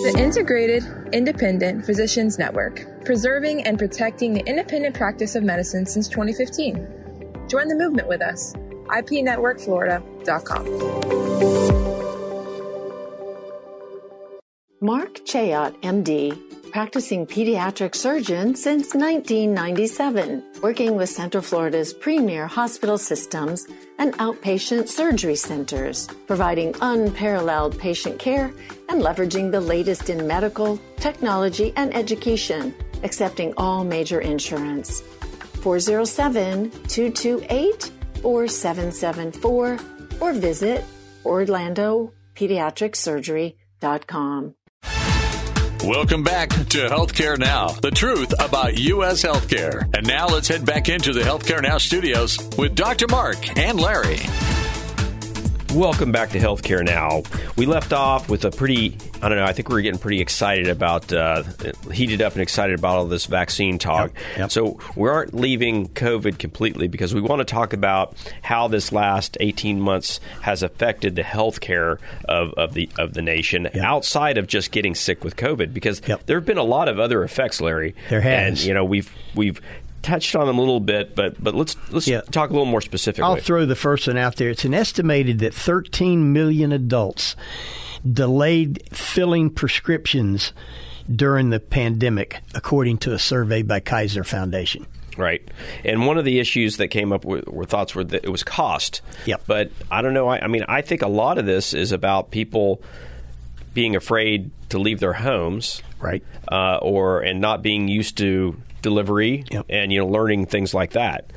E: The Integrated Independent Physicians Network, preserving and protecting the independent practice of medicine since 2015. Join the movement with us. ipnetworkflorida.com.
F: Mark Chayot, MD, practicing pediatric surgeon since 1997, working with Central Florida's premier hospital systems and outpatient surgery centers, providing unparalleled patient care and leveraging the latest in medical, technology, and education, accepting all major insurance. 407 228 4774 or visit OrlandoPediatricSurgery.com.
D: Welcome back to Healthcare Now, the truth about U.S. healthcare. And now let's head back into the Healthcare Now studios with Dr. Mark and Larry.
B: Welcome back to Healthcare Now. We left off with a pretty, I don't know, I think we were getting pretty excited about, uh, heated up and excited about all this vaccine talk. So we aren't leaving COVID completely because we want to talk about how this last 18 months has affected the healthcare of, of, the, of the nation outside of just getting sick with COVID because
C: Yep.
B: there have been a lot of other effects, Larry.
C: There has.
B: And, you know, we've, we've, touched on them a little bit but but let's let's
C: Yeah.
B: talk a little more specifically
C: I'll throw the first one out there. It's an estimated that 13 million adults delayed filling prescriptions during the pandemic, according to a survey by Kaiser Foundation.
B: Right. And one of the issues that came up with, were thoughts were that it was cost.
C: Yep.
B: But I don't know. I, I mean, I think a lot of this is about people being afraid to leave their homes,
C: Right.
B: Uh, or and not being used to delivery
C: Yep.
B: and you know learning things like that.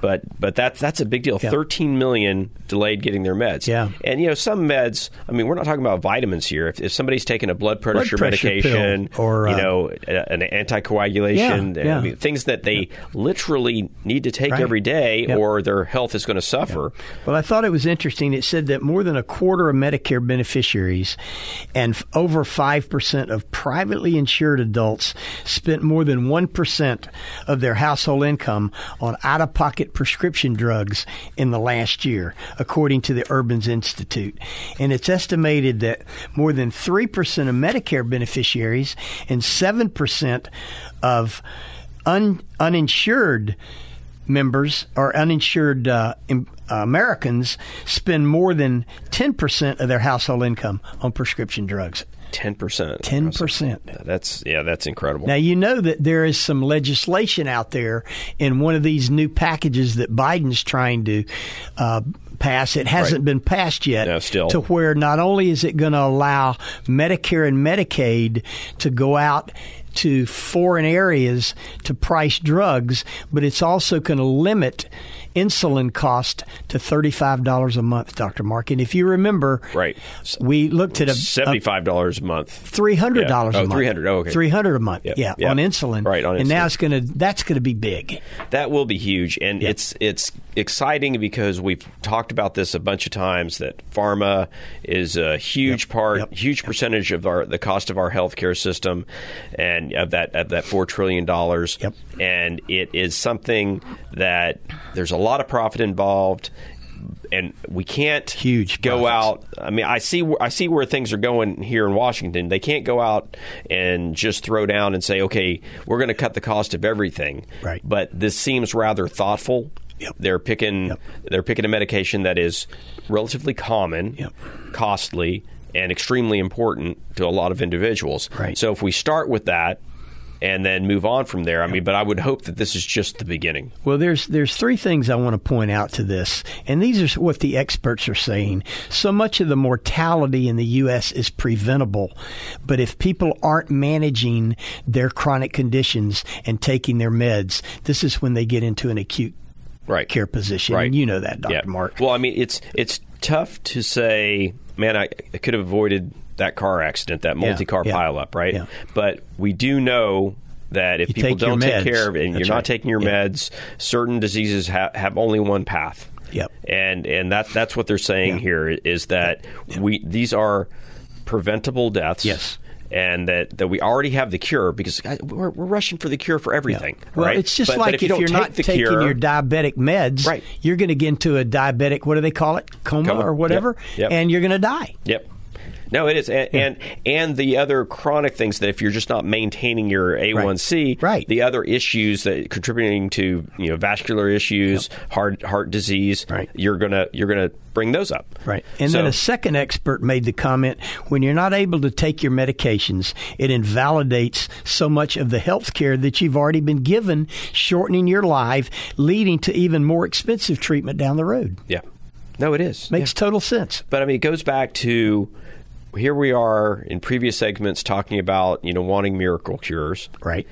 B: But but that's that's a big deal.
C: Yeah.
B: Thirteen million delayed getting their meds.
C: Yeah.
B: And you know some meds. I mean, we're not talking about vitamins here. If, if somebody's taking a blood pressure,
C: pressure pill
B: medication
C: or,
B: you
C: uh,
B: know a- an anticoagulation,
C: Yeah, yeah.
B: I mean, things that they literally need to take
C: Right.
B: every day
C: Yep.
B: or their health is going to suffer.
C: Well, I thought it was interesting. It said that more than a quarter of Medicare beneficiaries and f- over 5% of privately insured adults spent more than 1% of their household income on out of pocket prescription drugs in the last year, according to the Urbans Institute. And it's estimated that more than 3% of Medicare beneficiaries and 7% of un- uninsured members or uninsured uh, em- uh, Americans spend more than 10% of their household income on prescription drugs.
B: Ten percent.
C: 10%.
B: That's yeah. That's incredible.
C: Now, you know that there is some legislation out there in one of these new packages that Biden's trying to uh, pass. It hasn't
B: Right.
C: been passed yet.
B: No, still.
C: To where not only is it going to allow Medicare and Medicaid to go out to foreign areas to price drugs, but it's also going to limit insulin cost to $35 a month, Dr. Mark. And if you remember,
B: Right.
C: uh, we looked at a, a
B: Seventy-five dollars a month.
C: three hundred dollars
B: Yeah.
C: a
B: Oh,
C: month.
B: 300. Oh, okay.
C: Three hundred a month.
B: Yeah.
C: Yeah,
B: Yeah.
C: on insulin.
B: Right, on
C: And
B: insulin.
C: now it's gonna that's gonna be big.
B: That will be huge, and it's it's exciting because we've talked about this a bunch of times. That pharma is a huge part,
C: Yep.
B: huge percentage of our the cost of our healthcare system, and of that of that four trillion dollars.
C: Yep.
B: And it is something that there's a lot of profit involved. And we can't
C: Huge
B: go
C: profits.
B: out. I mean, I see wh- I see where things are going here in Washington. They can't go out and just throw down and say, "Okay, we're going to cut the cost of everything."
C: Right.
B: But but this seems rather thoughtful.
C: Yep.
B: They're picking
C: Yep.
B: they're picking a medication that is relatively common,
C: Yep.
B: costly, and extremely important to a lot of individuals.
C: Right.
B: So if we start with that and then move on from there, I mean, but I would hope that this is just the beginning.
C: Well, there's there's three things I want to point out to this, and these are what the experts are saying. So much of the mortality in the U.S. is preventable, but if people aren't managing their chronic conditions and taking their meds, this is when they get into an acute
B: Right.
C: care position.
B: Right.
C: And you know that, Dr.
B: Yeah.
C: Mark.
B: Well, I mean, it's it's tough to say, man, I, I could have avoided that car accident, that multi-car
C: yeah,
B: pileup, right?
C: yeah.
B: But we do know that if
C: You
B: people
C: take your
B: don't take
C: meds.
B: care of it and
C: That's
B: you're
C: right.
B: not taking your
C: Yeah.
B: meds, certain diseases ha- have only one path.
C: Yep.
B: And and that that's what they're saying
C: Yeah.
B: here is that we these are preventable deaths.
C: Yes.
B: And that, that we already have the cure because guys, we're, we're rushing for the cure for everything.
C: Well,
B: right?
C: it's just
B: But- but
C: like
B: you
C: if
B: don't
C: you're
B: take
C: not
B: the
C: taking
B: cure,
C: your diabetic meds,
B: Right.
C: you're going to get into a diabetic, what do they call it? Coma,
B: Coma.
C: or
B: Yep.
C: whatever,
B: Yep.
C: and you're going to die.
B: Yep. No, it is, and, and and the other chronic things that if you're just not maintaining your A1C,
C: Right.
B: the other issues that contributing to you know vascular issues, heart heart disease,
C: Right.
B: you're gonna you're gonna bring those up,
C: Right. And
B: So-
C: then a second expert made the comment when you're not able to take your medications, it invalidates so much of the health care that you've already been given, shortening your life, leading to even more expensive treatment down the road.
B: yeah, no, it is
C: Makes total sense.
B: But I mean, it goes back to here we are in previous segments talking about you know wanting miracle cures.
C: Right.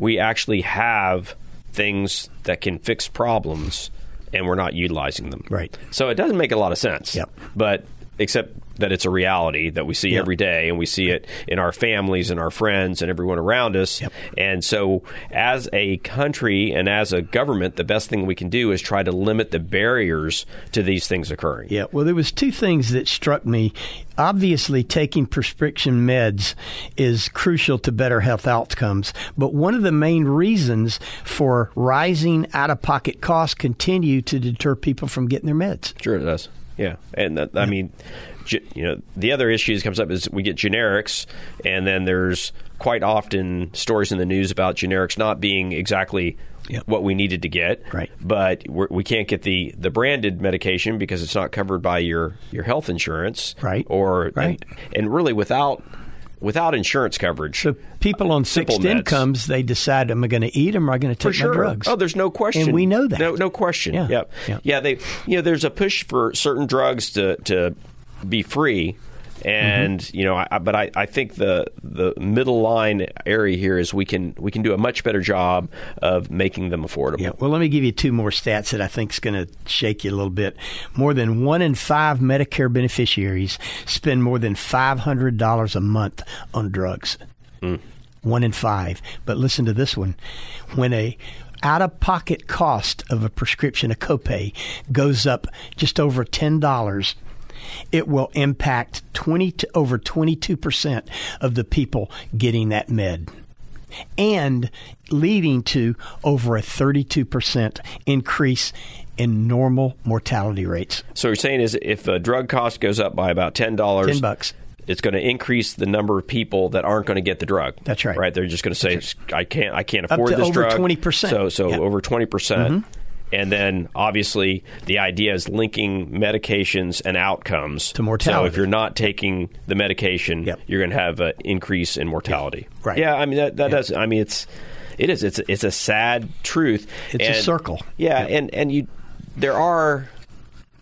B: We actually have things that can fix problems, and we're not utilizing them.
C: Right.
B: So it doesn't make a lot of sense.
C: Yep.
B: But except that it's a reality that we see
C: Yeah.
B: every day and we see it in our families and our friends and everyone around us.
C: Yep.
B: And so as a country and as a government, the best thing we can do is try to limit the barriers to these things occurring.
C: Yeah, well, there was two things that struck me. Obviously, taking prescription meds is crucial to better health outcomes, but one of the main reasons for rising out-of-pocket costs continue to deter people from getting their meds.
B: Sure, it does. Yeah, and that, I mean, ge- you know, the other issue that comes up is we get generics, and then there's quite often stories in the news about generics not being exactly
C: Yeah.
B: what we needed to get.
C: Right.
B: But we're, we can't get the the branded medication because it's not covered by your your health insurance.
C: Right.
B: Or
C: Right.
B: And, and really without without insurance coverage.
C: So people on
B: Simple
C: fixed
B: meds.
C: incomes, they decide, am I going to eat them or am I going to take
B: for sure.
C: my drugs?
B: Oh, there's no question.
C: And we know that.
B: No, no question.
C: Yeah.
B: Yep.
C: Yeah.
B: Yeah. They, you know, there's a push for certain drugs to to be free, and
C: Mm-hmm.
B: you know, I, I- but I, I think the the middle line area here is we can we can do a much better job of making them affordable.
C: Yeah. Well, let me give you two more stats that I think is going to shake you a little bit. More than one in five Medicare beneficiaries spend more than five hundred dollars a month on drugs. One in five. But listen to this one: when a out-of-pocket cost of a prescription, a copay, goes up just over ten dollars. It will impact twenty to over twenty two percent of the people getting that med and leading to over a 32% increase in normal mortality rates.
B: So you're saying is if a drug cost goes up by about ten dollars,
C: 10 bucks.
B: it's going to increase the number of people that aren't going to get the drug.
C: That's right.
B: Right? They're just going to say, "I can't, I can't
C: Up
B: afford
C: to
B: this
C: over
B: drug."
C: 20%.
B: So, so
C: Yeah. Mm-hmm.
B: over twenty percent. And then, obviously, the idea is linking medications and outcomes
C: To mortality.
B: So, if you're not taking the medication,
C: Yep.
B: you're going to have an increase in mortality.
C: Right.
B: Yeah. I mean, that, that does. I mean, it's it is. It's it's a sad truth.
C: It's a circle.
B: Yeah. And and you, there are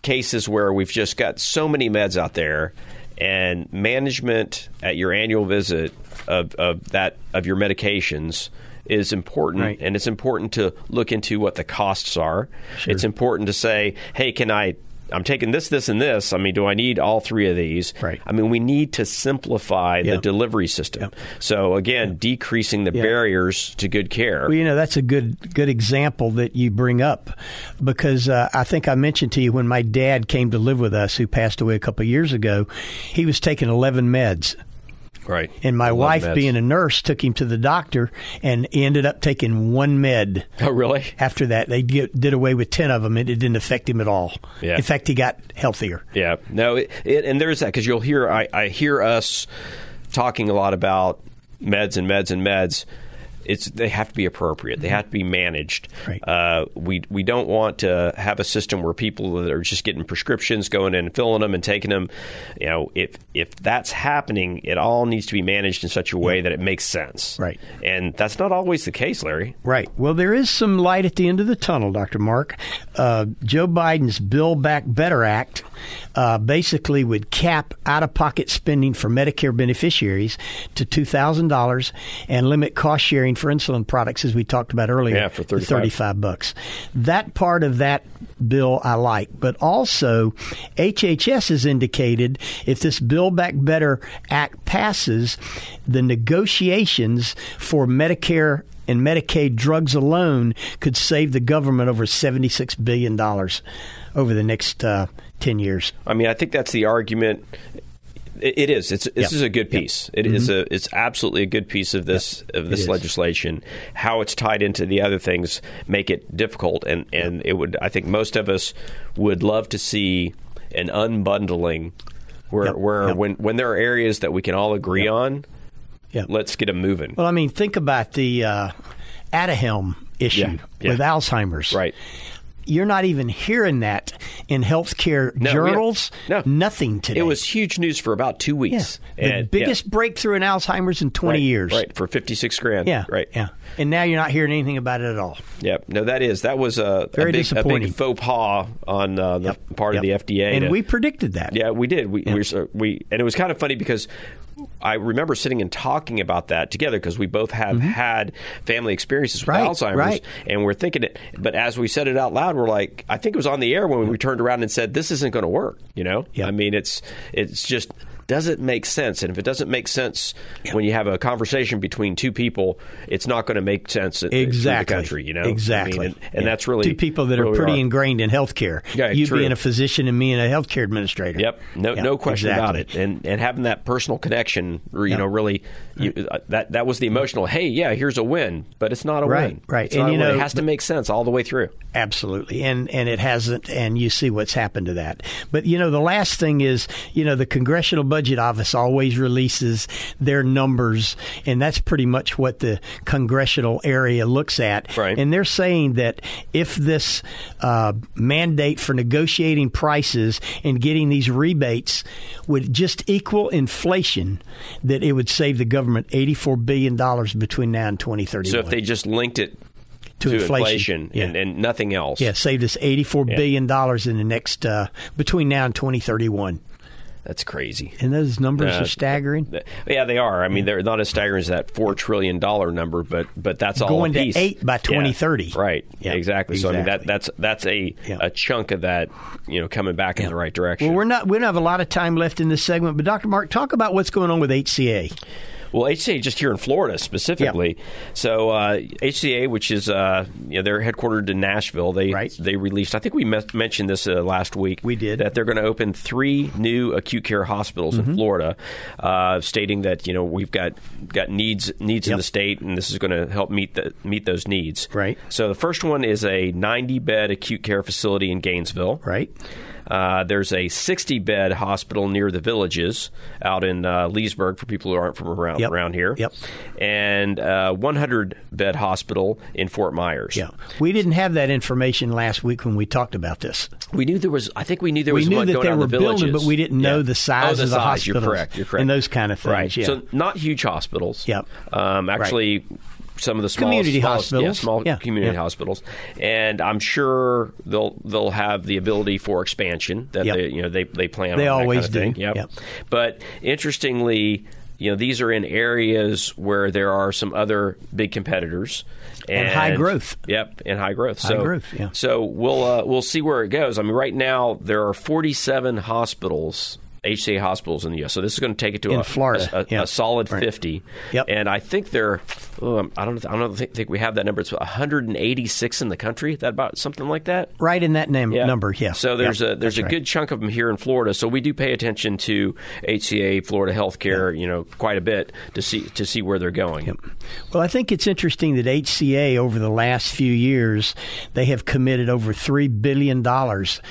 B: cases where we've just got so many meds out there and management at your annual visit of, of that of your medications is important
C: Right.
B: and it's important to look into what the costs are it's important to say hey can i i'm taking this this and this i mean do i need all three of these
C: Right.
B: i mean we need to simplify
C: Yeah.
B: the delivery system so again decreasing the barriers to good care
C: Well, you know that's a good good example that you bring up because uh, I think I mentioned to you when my dad came to live with us, who passed away a couple of years ago, he was taking eleven meds,
B: right
C: and my
B: Love
C: wife,
B: meds.
C: being a nurse, took him to the doctor and he ended up taking one med.
B: oh really
C: After that, they get, did away with ten of them, and it didn't affect him at all.
B: Yeah.
C: In fact, he got healthier.
B: Yeah, no, it, it, and there's that because you'll hear I, I hear us talking a lot about meds and meds and meds. It's they have to be appropriate. They have to be managed.
C: Mm-hmm. Right.
B: Uh, we we don't want to have a system where people that are just getting prescriptions, going in and filling them and taking them. You know, if if that's happening, it all needs to be managed in such a way that it makes sense.
C: Right.
B: And that's not always the case, Larry.
C: Right. Well, there is some light at the end of the tunnel, Dr. Mark. Uh, Joe Biden's Build Back Better Act uh, basically would cap out of pocket spending for Medicare beneficiaries to $2,000 and limit cost sharing for insulin products, as we talked about earlier.
B: Yeah, for
C: to
B: 35.
C: 35 bucks. That part of that bill I like, but also HHS has indicated if this Bill Back Better Act passes, the negotiations for Medicare and Medicaid drugs alone could save the government over $76 billion over the next uh, 10 years.
B: I mean, I think that's the argument. It, it is. It's this
C: Yeah. Mm-hmm.
B: is a good piece. It is a. It's absolutely a good piece of this of
C: It is.
B: this legislation. How it's tied into the other things make it difficult, and and it would. I think most of us would love to see an unbundling Where
C: Yep.
B: where
C: Yep.
B: when when there are areas that we can all agree on,
C: Yep.
B: let's get them moving.
C: Well, I mean, think about the uh, Adahelm issue
B: Yeah, yeah.
C: with Alzheimer's.
B: right.
C: You're not even hearing that in healthcare
B: No, we-
C: journals.
B: no.
C: Nothing today.
B: It was huge news for about two
C: Yeah.
B: weeks.
C: the
B: And- yeah.
C: biggest breakthrough in Alzheimer's in 20
B: Right,
C: years.
B: Right, for 56 grand.
C: Yeah.
B: Right.
C: Yeah. And now you're not hearing anything about it at all.
B: Yep. No, that is. That was a, a,
C: Very
B: big, a
C: disappointing.
B: big faux pas on uh, the
C: Yep,
B: part
C: yep.
B: of the FDA.
C: And
B: to-
C: we predicted that.
B: Yeah, we did. We, we, were, so- we and it was kind of funny because I remember sitting and talking about that together because we both have had family experiences with
C: Mm-hmm. Right,
B: Alzheimer's,
C: right.
B: and we're thinking it. But as we said it out loud, we're like, I think it was on the air when we turned around and said, "This isn't going to work." You know,
C: Yep.
B: I mean, it's it's just doesn't make sense, and if it doesn't make sense when you have a conversation between two people, it's not going to make sense in-
C: Exactly.
B: in the country. You know, I mean,
C: Exactly.
B: and, and
C: Yeah.
B: that's really
C: two people that
B: where
C: are
B: we
C: pretty ingrained in healthcare.
B: Yeah,
C: you
B: true.
C: being a physician and me and a healthcare administrator.
B: Yep. No,
C: Yeah,
B: no question
C: exactly.
B: about it. And and having that personal connection, or, you
C: Yeah.
B: know, really, you, uh, that that was the emotional. Hey, yeah, here's a win, but it's not a
C: Right,
B: win.
C: right.
B: It's
C: And
B: not a
C: you
B: win.
C: know,
B: it has to
C: but-
B: make sense all the way through.
C: Absolutely. And and it hasn't and you see what's happened to that. But you know the last thing is, you know, the Congressional Budget Office always releases their numbers and that's pretty much what the congressional area looks at.
B: Right.
C: And they're saying that if this uh, mandate for negotiating prices and getting these rebates would just equal inflation that it would save the government 84 billion dollars between now and 2031
B: So if they just linked it
C: To
B: to,
C: inflation.
B: inflation,
C: Yeah.
B: and, and nothing else,
C: Yeah, saved us eighty-four billion dollars in the next uh, between now and twenty thirty-one.
B: that's crazy.
C: And those numbers
B: Uh,
C: are staggering.
B: Th- Yeah, they are. I mean, they're not as staggering as that four trillion dollar number, but but that's all
C: Going
B: a
C: to
B: piece.
C: eight by
B: Yeah.
C: 2030.
B: Right.
C: Yeah,
B: Exactly. So I mean, that
C: exactly.
B: that's that's a
C: Yeah.
B: a chunk of that, you know, coming back in the right direction.
C: Well, we're not. We don't have a lot of time left in this segment, but Dr. Mark, talk about what's going on with HCA.
B: Well, HCA just here in Florida specifically. So uh, HCA, which is uh, you know, they're headquartered in Nashville, they
C: Right.
B: they released. I think we mes- mentioned this uh, last week.
C: We did. Mm-hmm.
B: that they're going to open three new acute care hospitals in Florida, uh, stating that you know we've got got needs needs in
C: Yep.
B: the state, and this is going to help meet the meet those needs.
C: Right.
B: So the first one is a 90 bed acute care facility in Gainesville.
C: Right.
B: Uh, there's a 60 bed hospital near the villages out in uh, Leesburg for people who aren't from around
C: Yep.
B: around here.
C: Yep.
B: And uh, 100 bed hospital in Fort Myers.
C: Yeah, we didn't have that information last week when we talked about this.
B: We knew there was. I think we knew there
C: We
B: was
C: knew
B: one
C: that
B: going
C: they
B: on in
C: were
B: the
C: building,
B: villages,
C: but we didn't know
B: Yeah.
C: the size
B: oh,
C: of the
B: size. You're
C: hospitals
B: correct. You're correct.
C: and those kind of things,
B: Right.
C: yeah.
B: So not huge hospitals.
C: Yep.
B: Um, actually. Some of the smallest,
C: Community
B: smallest-
C: hospitals.
B: yeah, small
C: Yeah,
B: community
C: yeah.
B: hospitals, and I'm sure they'll they'll have the ability for expansion that
C: Yep.
B: they you know they, they plan.
C: They
B: on that
C: always
B: kind of thing.
C: do.
B: Yep.
C: Yep.
B: But interestingly, you know, these are in areas where there are some other big competitors
C: And high growth.
B: Yep, and high growth.
C: High
B: so,
C: growth, yeah.
B: So we'll uh, we'll see where it goes. I mean, right now there are 47 hospitals. HCA hospitals in the U.S., so this is going to take it to
C: In
B: a,
C: Florida,
B: a, a-
C: yeah.
B: a solid
C: Right.
B: 50.
C: Yep.
B: And I think there, oh, I don't, I don't think, think we have that number. It's 186 in the country. That about something like that.
C: Right in that name,
B: Yeah.
C: number, yeah.
B: So there's
C: Yeah,
B: a there's
C: that's
B: a
C: right.
B: good chunk of them here in Florida. So we do pay attention to HCA Florida Healthcare, you know, quite a bit to see to see where they're going.
C: Well, I think it's interesting that HCA over the last few years they have committed over three billion dollars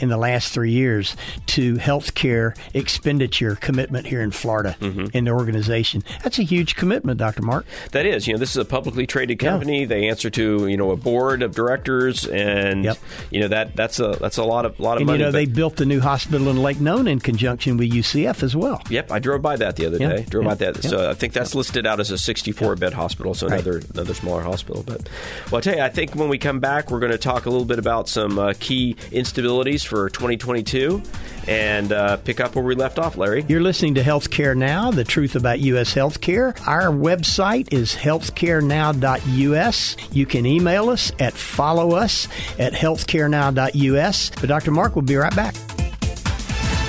C: in the last three years to healthcare expenditure commitment here in Florida in the organization. That's a huge commitment, Dr. Mark.
B: That is, you know, this is a publicly traded company. They answer to you know a board of directors, and
C: Yep.
B: you know that that's a that's a lot of lot of
C: And
B: money.
C: you know
B: but-
C: they built the new hospital in Lake Nona in conjunction with UCF as well.
B: Yep, I drove by that the other
C: Yeah,
B: day. Drove
C: yeah,
B: by that. So I think that's listed out as a 64 bed hospital, so
C: Right.
B: another another smaller hospital. But well, I tell you, I think when we come back, we're going to talk a little bit about some uh, key instabilities for 2022 and uh, pick up where we left off, Larry.
C: You're listening to Healthcare Now, the truth about U.S. healthcare. Our website is healthcarenow.us. You can email us at follow us at healthcarenow.us. But Dr. Mark will be right back.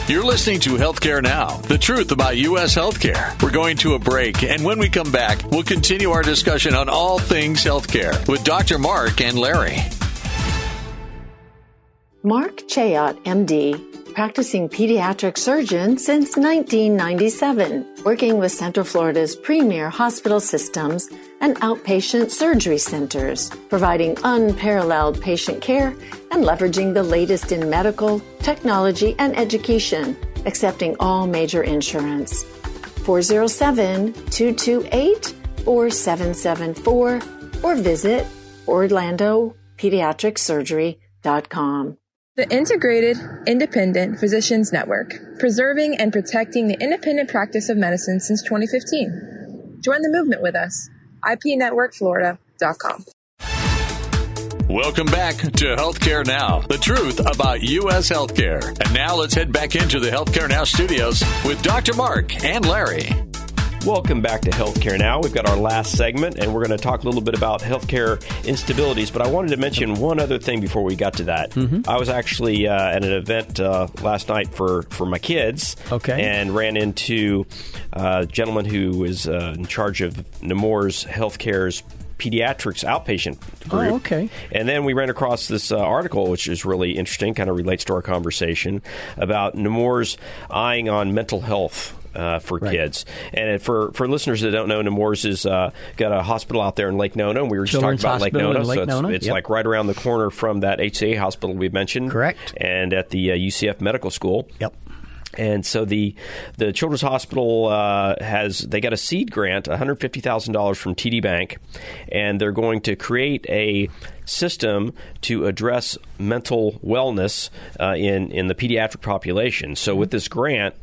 D: You're listening to Healthcare Now, the truth about U.S. healthcare. We're going to a break, and when we come back, we'll continue our discussion on all things healthcare with Dr. Mark and Larry.
F: Mark Chayot, MD, practicing pediatric surgeon since 1997, working with Central Florida's premier hospital systems and outpatient surgery centers, providing unparalleled patient care and leveraging the latest in medical, technology, and education accepting all major insurance. 407 228 4774 or visit OrlandoPediatricSurgery.com.
E: The Integrated Independent Physicians Network, preserving and protecting the independent practice of medicine since 2015. Join the movement with us. IPNetworkFlorida.com.
D: Welcome back to Healthcare Now, the truth about U.S. healthcare. And now let's head back into the Healthcare Now studios with Dr. Mark and Larry.
B: Welcome back to Healthcare Now. We've got our last segment, and we're going to talk a little bit about healthcare instabilities. But I wanted to mention one other thing before we got to that. I was actually uh, at an event uh, last night for, for my kids,
C: Okay.
B: and ran into uh, a gentleman who is uh, in charge of Nemours Healthcare's pediatrics outpatient group.
C: okay.
B: And then we ran across this uh, article, which is really interesting, kind of relates to our conversation about Nemours eyeing on mental health. Uh, for kids, and it- for for listeners that don't know, Nemours has uh, got a hospital out there in Lake Nona. and We were just
C: Children's
B: talking about Lake
C: Hospital in
B: Nona,
C: Lake
B: so it's,
C: Nona,
B: it's
C: yep.
B: like right around the corner from that HCA hospital we mentioned,
C: Correct.
B: And at the uh, UCF Medical School,
C: Yep.
B: and so the the Children's Hospital uh, has they got a seed grant, one hundred fifty thousand dollars from TD Bank, and they're going to create a system to address mental wellness uh, in in the pediatric population. So with this grant,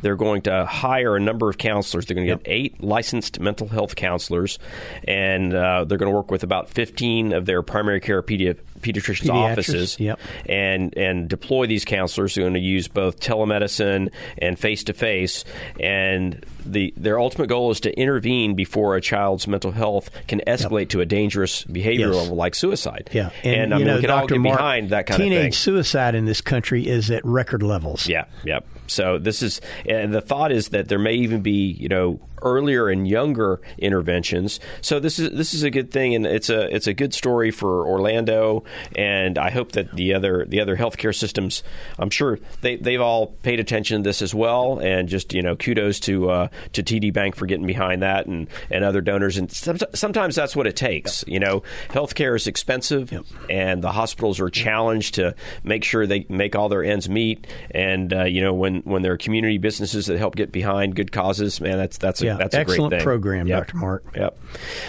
B: they're going to hire a number of counselors. They're going to get eight licensed mental health counselors, and uh, they're going to work with about fifteen of their primary care pedi- pediatricians'
C: Pediatrics,
B: offices
C: yep.
B: and and deploy these counselors who are going to use both telemedicine and face to face and the their ultimate goal is to intervene before a child's mental health can escalate to a dangerous behavior
C: Yes.
B: level like suicide.
C: Yeah,
B: and, I mean
C: you know,
B: we can all
C: Dr.
B: get
C: Mark,
B: behind that kind
C: teenage
B: of thing.
C: suicide in this country is at record levels.
B: Yeah, yeah. So this is, and the thought is that there may even be, you know, earlier and younger interventions. So this is this is a good thing, and it's a it's a good story for Orlando, and I hope that the other the other healthcare systems, I'm sure they they've all paid attention to this as well, and just you know, kudos to uh, to TD Bank for getting behind that, and and other donors, and some, sometimes that's what it takes. You know, healthcare is expensive, and the hospitals are challenged to make sure they make all their ends meet. And uh, you know, when when there are community businesses that help get behind good causes, man, that's that's a,
C: Yeah,
B: that's a great
C: excellent
B: thing.
C: program,
B: Yep.
C: Dr. Mark.
B: Yep.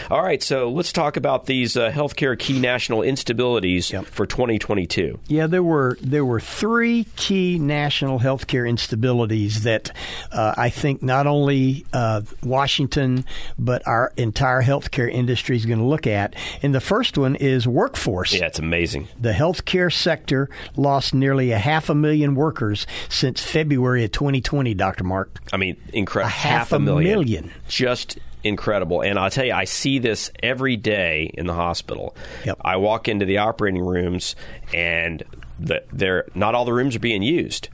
B: All right, so let's talk about these uh, healthcare key national instabilities
C: Yep.
B: for 2022.
C: Yeah, there were there were three key national healthcare instabilities that uh, I think not only uh, Washington but our entire healthcare industry is going to look at. And the first one is workforce.
B: Yeah, it's amazing.
C: The healthcare sector lost nearly a half a million workers since February of 2020. Dr. Mark.
B: I mean, incredible.
C: A half a million.
B: Just incredible. And I'll tell you, I see this every day in the hospital.
C: Yep.
B: I walk into the operating rooms, and the, they're, not all the rooms are being used.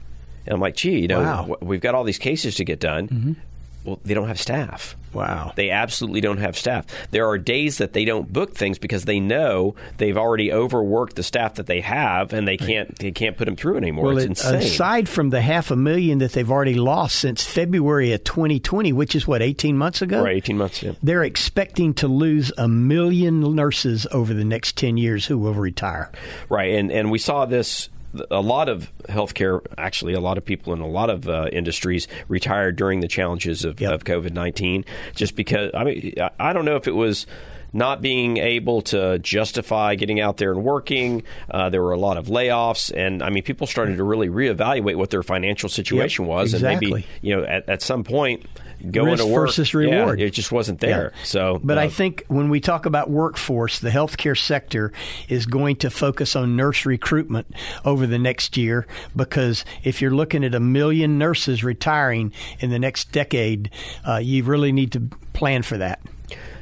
B: And I'm like, gee, you know,
C: Wow. Mm-hmm.
B: w- we've got all these cases to get done. Well, they don't have staff.
C: Wow.
B: They absolutely don't have staff. There are days that they don't book things because they know they've already overworked the staff that they have, and they can't they can't put them through anymore.
C: Well,
B: it's insane.
C: it- aside from the half a million that they've already lost since February of 2020, which is what 18 months ago,
B: right, 18 months. Yeah.
C: They're expecting to lose a million nurses over the next 10 years who will retire.
B: Right, and and we saw this. A lot of healthcare, actually, a lot of people in a lot of uh, industries retired during the challenges of,
C: Yep.
B: of COVID nineteen, just because. I mean, I- I don't know if it was not being able to justify getting out there and working. Uh, there were a lot of layoffs, and I mean, people started to really reevaluate what their financial situation was, and maybe
C: exactly.
B: you know, at, at some point, going
C: Risk
B: to work
C: versus
B: yeah,
C: reward.
B: it just wasn't there.
C: Yeah.
B: So,
C: but I
B: uh,
C: think when we talk about workforce, the healthcare sector is going to focus on nurse recruitment over the next year because if you're looking at a million nurses retiring in the next decade, uh, you really need to plan for that.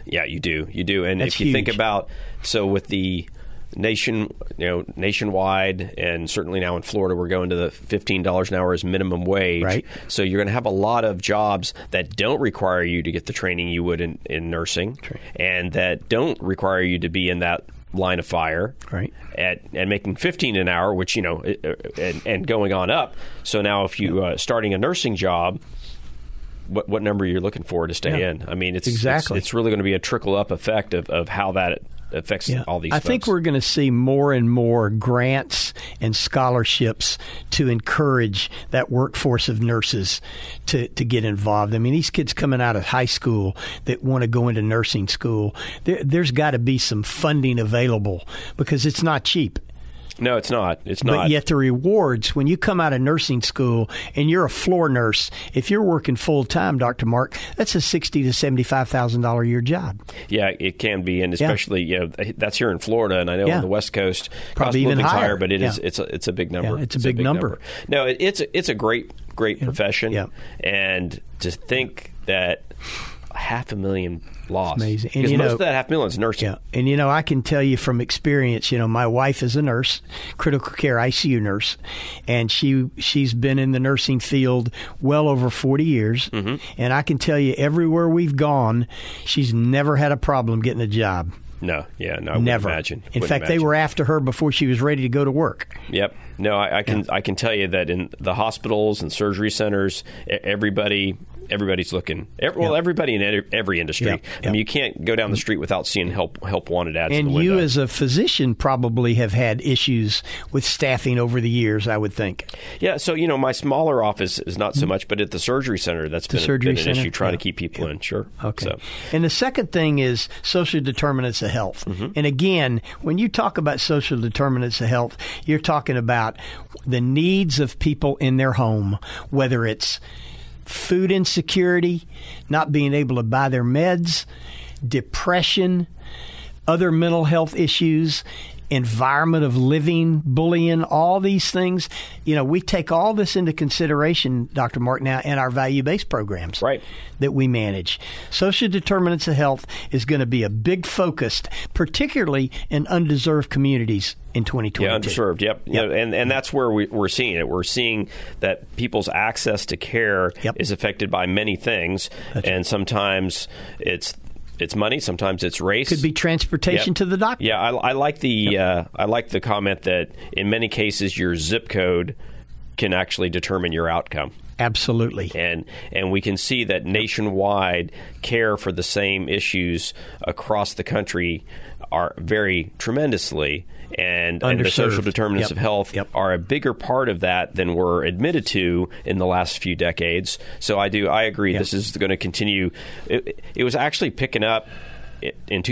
B: Yeah, you do. You do. And
C: That's
B: if you think
C: huge.
B: about so with the nation, you know, nationwide and certainly now in Florida we're going to the $15 an hour as minimum wage.
C: Right.
B: So you're going to have a lot of jobs that don't require you to get the training you would in, in nursing and that don't require you to be in that line of fire
C: Right.
B: at and making 15 an hour which you know i- i- and, and going on up so now if you uh, starting a nursing job what, what number you're looking for to stay
C: Yeah.
B: in i mean it's it's-
C: Exactly.
B: It's, really going to be a trickle up effect of, of how that affects all these.
C: I
B: folks.
C: think we're going to see more and more grants and scholarships to encourage that workforce of nurses to, to get involved. I mean, these kids coming out of high school that want to go into nursing school, there, there's got to be some funding available because it's not cheap.
B: no, it's not. It's not.
C: But yet the rewards when you come out of nursing school and you're a floor nurse, if you're working full time, Doctor Mark, that's a sixty to seventy five thousand dollar a year job.
B: Yeah, it can be, and especially you know that's here in Florida, and I know
C: Yeah.
B: on the West Coast, cost
C: Probably
B: of
C: even
B: living's
C: higher.
B: but it is
C: Yeah.
B: it's a, it's a big number.
C: Yeah, it's a big number.
B: No, it, it's a, it's a great great profession,
C: Yeah.
B: and to think that half a million lost,
C: amazing. And
B: because
C: you
B: most
C: know-
B: of that half million is nursing.
C: Yeah. And you know, I can tell you from experience, you know, my wife is a nurse, critical care ICU nurse, and she she's been in the nursing field well over 40 years,
B: Mm-hmm.
C: and I can tell you everywhere we've gone, she's never had a problem getting a job.
B: No, yeah, no, I wouldn't
C: never.
B: Imagine.
C: In
B: Wouldn't
C: fact, they
B: imagine.
C: were after her before she was ready to go to work.
B: Yep. No, I, I can I can tell you that in the hospitals and surgery centers, e- everybody everybody's looking. Ev- well, everybody in ed- every industry.
C: Yeah.
B: I mean, you can't go down the street without seeing help help wanted ads. in
C: And
B: the window.
C: you, as a physician, probably have had issues with staffing over the years, I would think.
B: yeah. So you know, my smaller office is not so much, but at the surgery center, that's been, a-
C: surgery
B: been an
C: center,
B: issue trying
C: yeah.
B: to keep people in. Sure.
C: Okay.
B: So,
C: And the second thing is social determinants of health.
B: Mm-hmm.
C: And again, when you talk about social determinants of health, you're talking about the needs of people in their home, whether it's food insecurity, not being able to buy their meds, depression, other mental health issues, environment of living, bullying, all these things. You know, we take all this into consideration, Dr. Mark, now in our value based programs
B: Right.
C: that we manage. Social determinants of health is going to be a big focus, particularly in undeserved communities in 2022.
B: Yeah, underserved. Yep. You know, and and that's where we, we're seeing it. We're seeing that people's access to care
C: Yep.
B: is affected by many things, and sometimes it's it's money, sometimes it's race.
C: Could be transportation
B: Yep.
C: to the doctor.
B: Yeah, I, I like the uh, I like the comment that in many cases your zip code can actually determine your outcome,
C: Absolutely.
B: and and we can see that nationwide care for the same issues across the country are vary tremendously, and, and the social
C: Underserved.
B: determinants
C: Yep.
B: of health
C: Yep.
B: are a bigger part of that than were admitted to in the last few decades. So I do I agree this is going to continue. It, it was actually picking up. i- In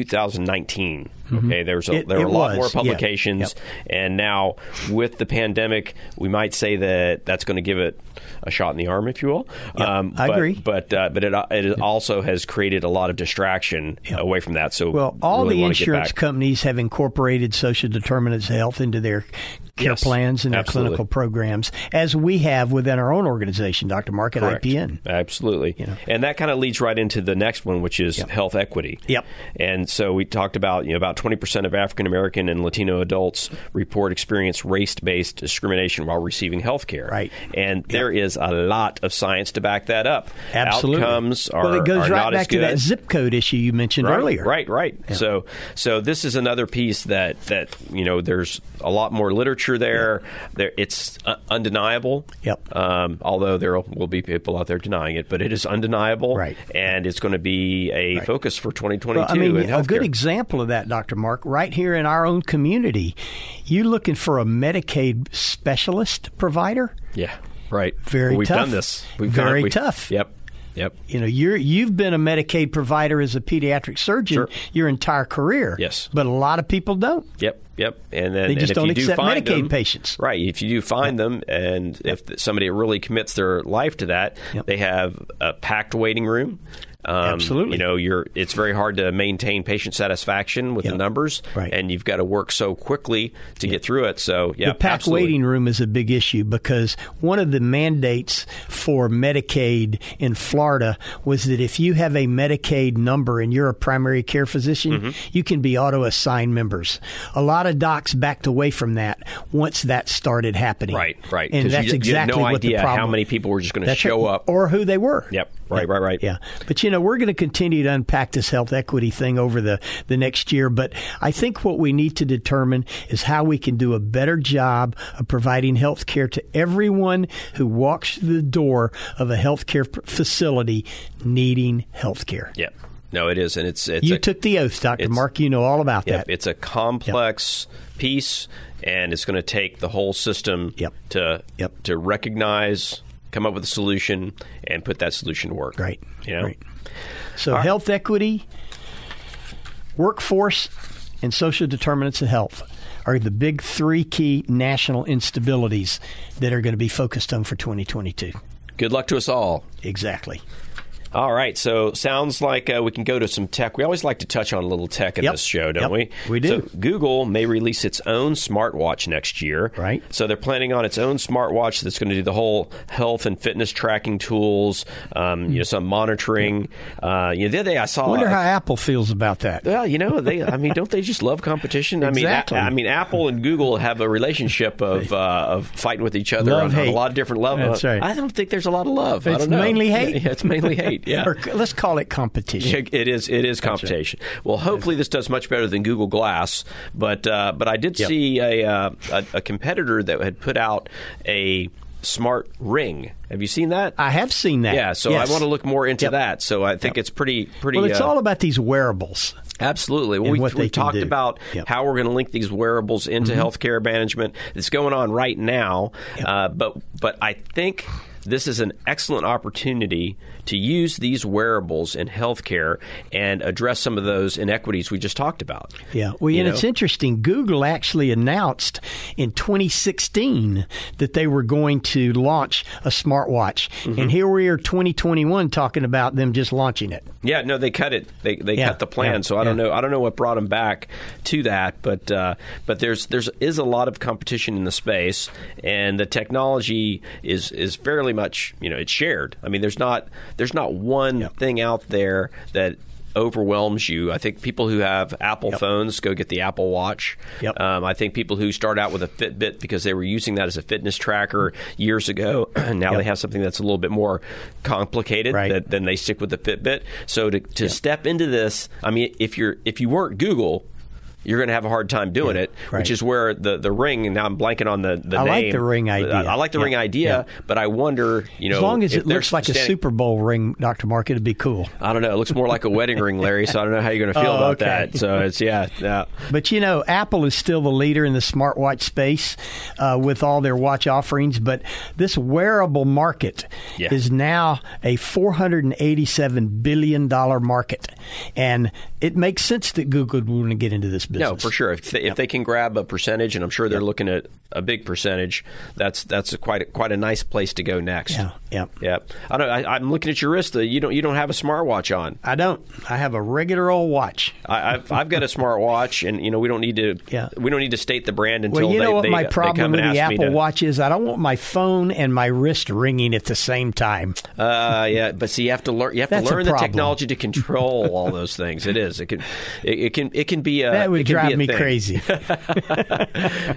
B: 2019, okay, there was a,
C: Mm-hmm. It-
B: there were a
C: it
B: lot
C: was,
B: more
C: yeah.
B: publications,
C: Yep.
B: and now with the pandemic, we might say that that's going to give it a shot in the arm, if you will. Um,
C: I
B: but,
C: agree.
B: but uh, but it it also has created a lot of distraction away from that. So
C: Well, all
B: really
C: the
B: wanna get
C: insurance
B: back.
C: companies have incorporated social determinants of health into their care
B: Yes,
C: plans and their
B: absolutely.
C: clinical programs, as we have within our own organization, Dr. Mark at
B: Correct.
C: IPN.
B: Absolutely. And that kind of leads right into the next one, which is health equity.
C: Yep.
B: And so we talked about, you know, about 20% of African American and Latino adults report experience race based discrimination while receiving health care.
C: Right.
B: And there is a lot of science to back that up.
C: Absolutely.
B: Outcomes are,
C: well, it
B: are
C: goes right
B: not as
C: back to
B: good.
C: that zip code issue you mentioned
B: Right,
C: earlier.
B: Right, right. So so this is another piece that that you know there's a lot more literature there. There it's uh, undeniable.
C: Yep.
B: Um, although there will be people out there denying it, but it is undeniable.
C: Right.
B: And it's going to be a focus for 2022
C: Well, I mean,
B: in
C: a good
B: healthcare.
C: example of that, Dr. Mark, right here in our own community, you looking for a Medicaid specialist provider?
B: yeah. Right.
C: Very
B: We've
C: tough.
B: done this. We've
C: Very
B: done, we-
C: tough.
B: Yep. Yep.
C: You know, you're you've been a Medicaid provider as a pediatric surgeon
B: Sure.
C: your entire career.
B: Yes.
C: but a lot of people don't.
B: Yep, yep. And then
C: They
B: and
C: just
B: if
C: don't
B: you do
C: accept
B: find
C: Medicaid
B: them-
C: patients.
B: right? If you do find them, and if th- somebody really commits their life to that,
C: Yep.
B: they have a packed waiting room. Um, You
C: Absolutely.
B: know, you're. It's very hard to maintain patient satisfaction with
C: Yep.
B: the numbers,
C: Right.
B: and you've got to work so quickly to get through it. So, yeah,
C: the packed
B: absolutely.
C: waiting room is a big issue because one of the mandates for Medicaid in Florida was that if you have a Medicaid number and you're a primary care physician,
B: Mm-hmm.
C: you can be auto assigned members. A lot of docs backed away from that once that started happening.
B: Right, right. 'Cause
C: And
B: you
C: that's
B: d- you had
C: exactly
B: no
C: what the
B: idea how
C: problem.
B: many people were just gonna
C: That's
B: show
C: right.
B: up.
C: or who they were.
B: Yep. Right,
C: Yeah.
B: right, right.
C: Yeah. But you know, we're going to continue to unpack this health equity thing over the, the next year. But I think what we need to determine is how we can do a better job of providing health care to everyone who walks through the door of a health care facility needing health care.
B: Yep. No, it is, and it's it's
C: you
B: a-
C: took the oath, Doctor
B: it's-
C: Mark. You know all about
B: Yep,
C: that.
B: it's a complex piece, and it's going to take the whole system
C: Yep.
B: to
C: Yep.
B: to recognize, come up with a solution, and put that solution to work.
C: Great.
B: You know?
C: Great. So health equity, workforce, and social determinants of health are the big three key national instabilities that are going to be focused on for 2022.
B: Good luck to us all.
C: Exactly.
B: All right, so sounds like uh, we can go to some tech. We always like to touch on a little tech in
C: Yep.
B: this show, don't
C: Yep.
B: we?
C: We do.
B: So Google may release its own smartwatch next year.
C: Right.
B: So they're planning on its own smartwatch that's going to do the whole health and fitness tracking tools, um, you know, some monitoring. Uh, you know, the other day I saw.
C: I wonder
B: a-
C: how Apple feels about that.
B: well, you know, they. I mean, don't they just love competition? I mean, a-
C: Exactly.
B: I mean, Apple and Google have a relationship of uh, of fighting with each other
C: Love,
B: on, on a
C: hate.
B: lot of different levels.
C: That's right.
B: I don't think there's a lot of love. I
C: It's
B: don't know.
C: mainly hate?
B: Yeah, it's mainly hate. Yeah.
C: Or c- let's call it competition.
B: It it is. It is competition. Well, hopefully this does much better than Google Glass. But uh, but I did
C: Yep.
B: see a, uh, a a competitor that had put out a smart ring. Have you seen that?
C: I have seen that.
B: yeah. So
C: Yes.
B: I want to look more into
C: Yep.
B: that. So I think
C: Yep.
B: it's pretty pretty.
C: Well, it's
B: uh,
C: all about these wearables.
B: Absolutely. Well,
C: and
B: we,
C: what
B: we
C: they can
B: talked
C: do.
B: about
C: Yep. Mm-hmm.
B: how we're going to link these wearables into healthcare management. It's going on right now, uh, but but I think this is an excellent opportunity to use these wearables in healthcare and address some of those inequities we just talked about.
C: Yeah. Well,
B: You
C: and
B: know?
C: it's interesting. Google actually announced in 2016 that they were going to launch a smartwatch.
B: Mm-hmm.
C: And here we are 2021 talking about them just launching it.
B: Yeah, no, they cut it. They they
C: Yeah,
B: cut the plan.
C: yeah,
B: so I don't
C: yeah.
B: know. I don't know what brought them back to that. But uh, but there's there's is a lot of competition in the space, and the technology is is fairly much you know it's shared. I mean, there's not there's not one thing out there that overwhelms you. I think people who have Apple phones go get the Apple Watch.
C: Yep.
B: Um, I think people who start out with a Fitbit because they were using that as a fitness tracker years ago, now they have something that's a little bit more complicated
C: Right.
B: that then they stick with the Fitbit. So to, to step into this, I mean, if you're if you weren't Google, you're going to have a hard time doing it,
C: right.
B: which is where the the ring. And now I'm blanking on the the
C: I
B: name.
C: like the ring idea.
B: I, like the
C: Yeah.
B: ring idea, but I wonder, you know,
C: as long as
B: if
C: it
B: they're
C: looks like a
B: standing-
C: Super Bowl ring, Dr. Mark, it'd be cool.
B: I don't know. It looks more like a wedding ring, Larry. So I don't know how you're going to feel
C: Oh,
B: about
C: okay.
B: that. So it's yeah, yeah.
C: But you know, Apple is still the leader in the smartwatch space uh, with all their watch offerings. But this wearable market
B: Yeah.
C: is now a $487 billion market. And it makes sense that Google would want to get into this business.
B: No, for sure. If they, if they can grab a percentage, and I'm sure they're looking at a big percentage, that's that's a quite a, quite a nice place to go next.
C: Yeah, yeah.
B: Yep. I don't. I, I'm looking at your wrist. though. You don't. You don't have a smartwatch on.
C: I don't. I have a regular old watch.
B: I, I've, I've got a smartwatch, and you know we don't need to.
C: Yeah.
B: We don't need to state the brand until
C: Well, you
B: they,
C: know what
B: they,
C: my
B: they come
C: problem with
B: and
C: the
B: ask me
C: Apple
B: to-
C: Watch is? I don't want my phone and my wrist ringing at the same time.
B: Uh, yeah, but see, you have to learn. You have
C: That's
B: to
C: a
B: learn the
C: problem.
B: technology to control all those things. It is. It can. It, it can. It can be. A,
C: That
B: Uh, it
C: would
B: can be
C: drive
B: a
C: me
B: thing.
C: crazy.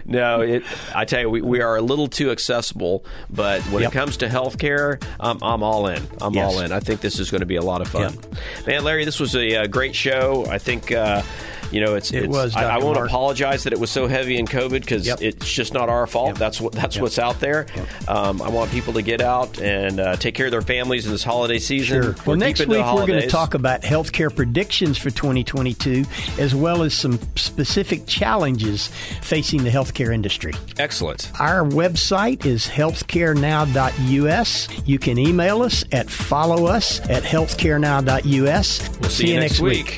B: no, it, I tell you, we, we are a little too accessible. But when
C: Yep.
B: it comes to healthcare, I'm, I'm all in. I'm
C: Yes.
B: all in. I think this is going to be a lot of fun. Man, Larry, this was a, uh great show. I think. Uh, you know, it's,
C: It
B: it's-
C: was,
B: I, I
C: Dr.
B: won't
C: Mark.
B: apologize that it was so heavy in COVID because
C: Yep.
B: it's just not our fault. That's what that's what's out there. Um, I want people to get out and uh, take care of their families in this holiday season.
C: Sure. Well,
B: We're
C: next
B: deep
C: week
B: into the
C: we're going
B: holidays.
C: to talk about healthcare predictions for 2022, as well as some specific challenges facing the healthcare industry.
B: Excellent.
C: Our website is healthcarenow.us. You can email us at follow us at healthcarenow.us. We'll
B: See, you next week.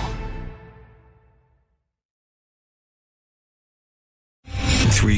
A: Three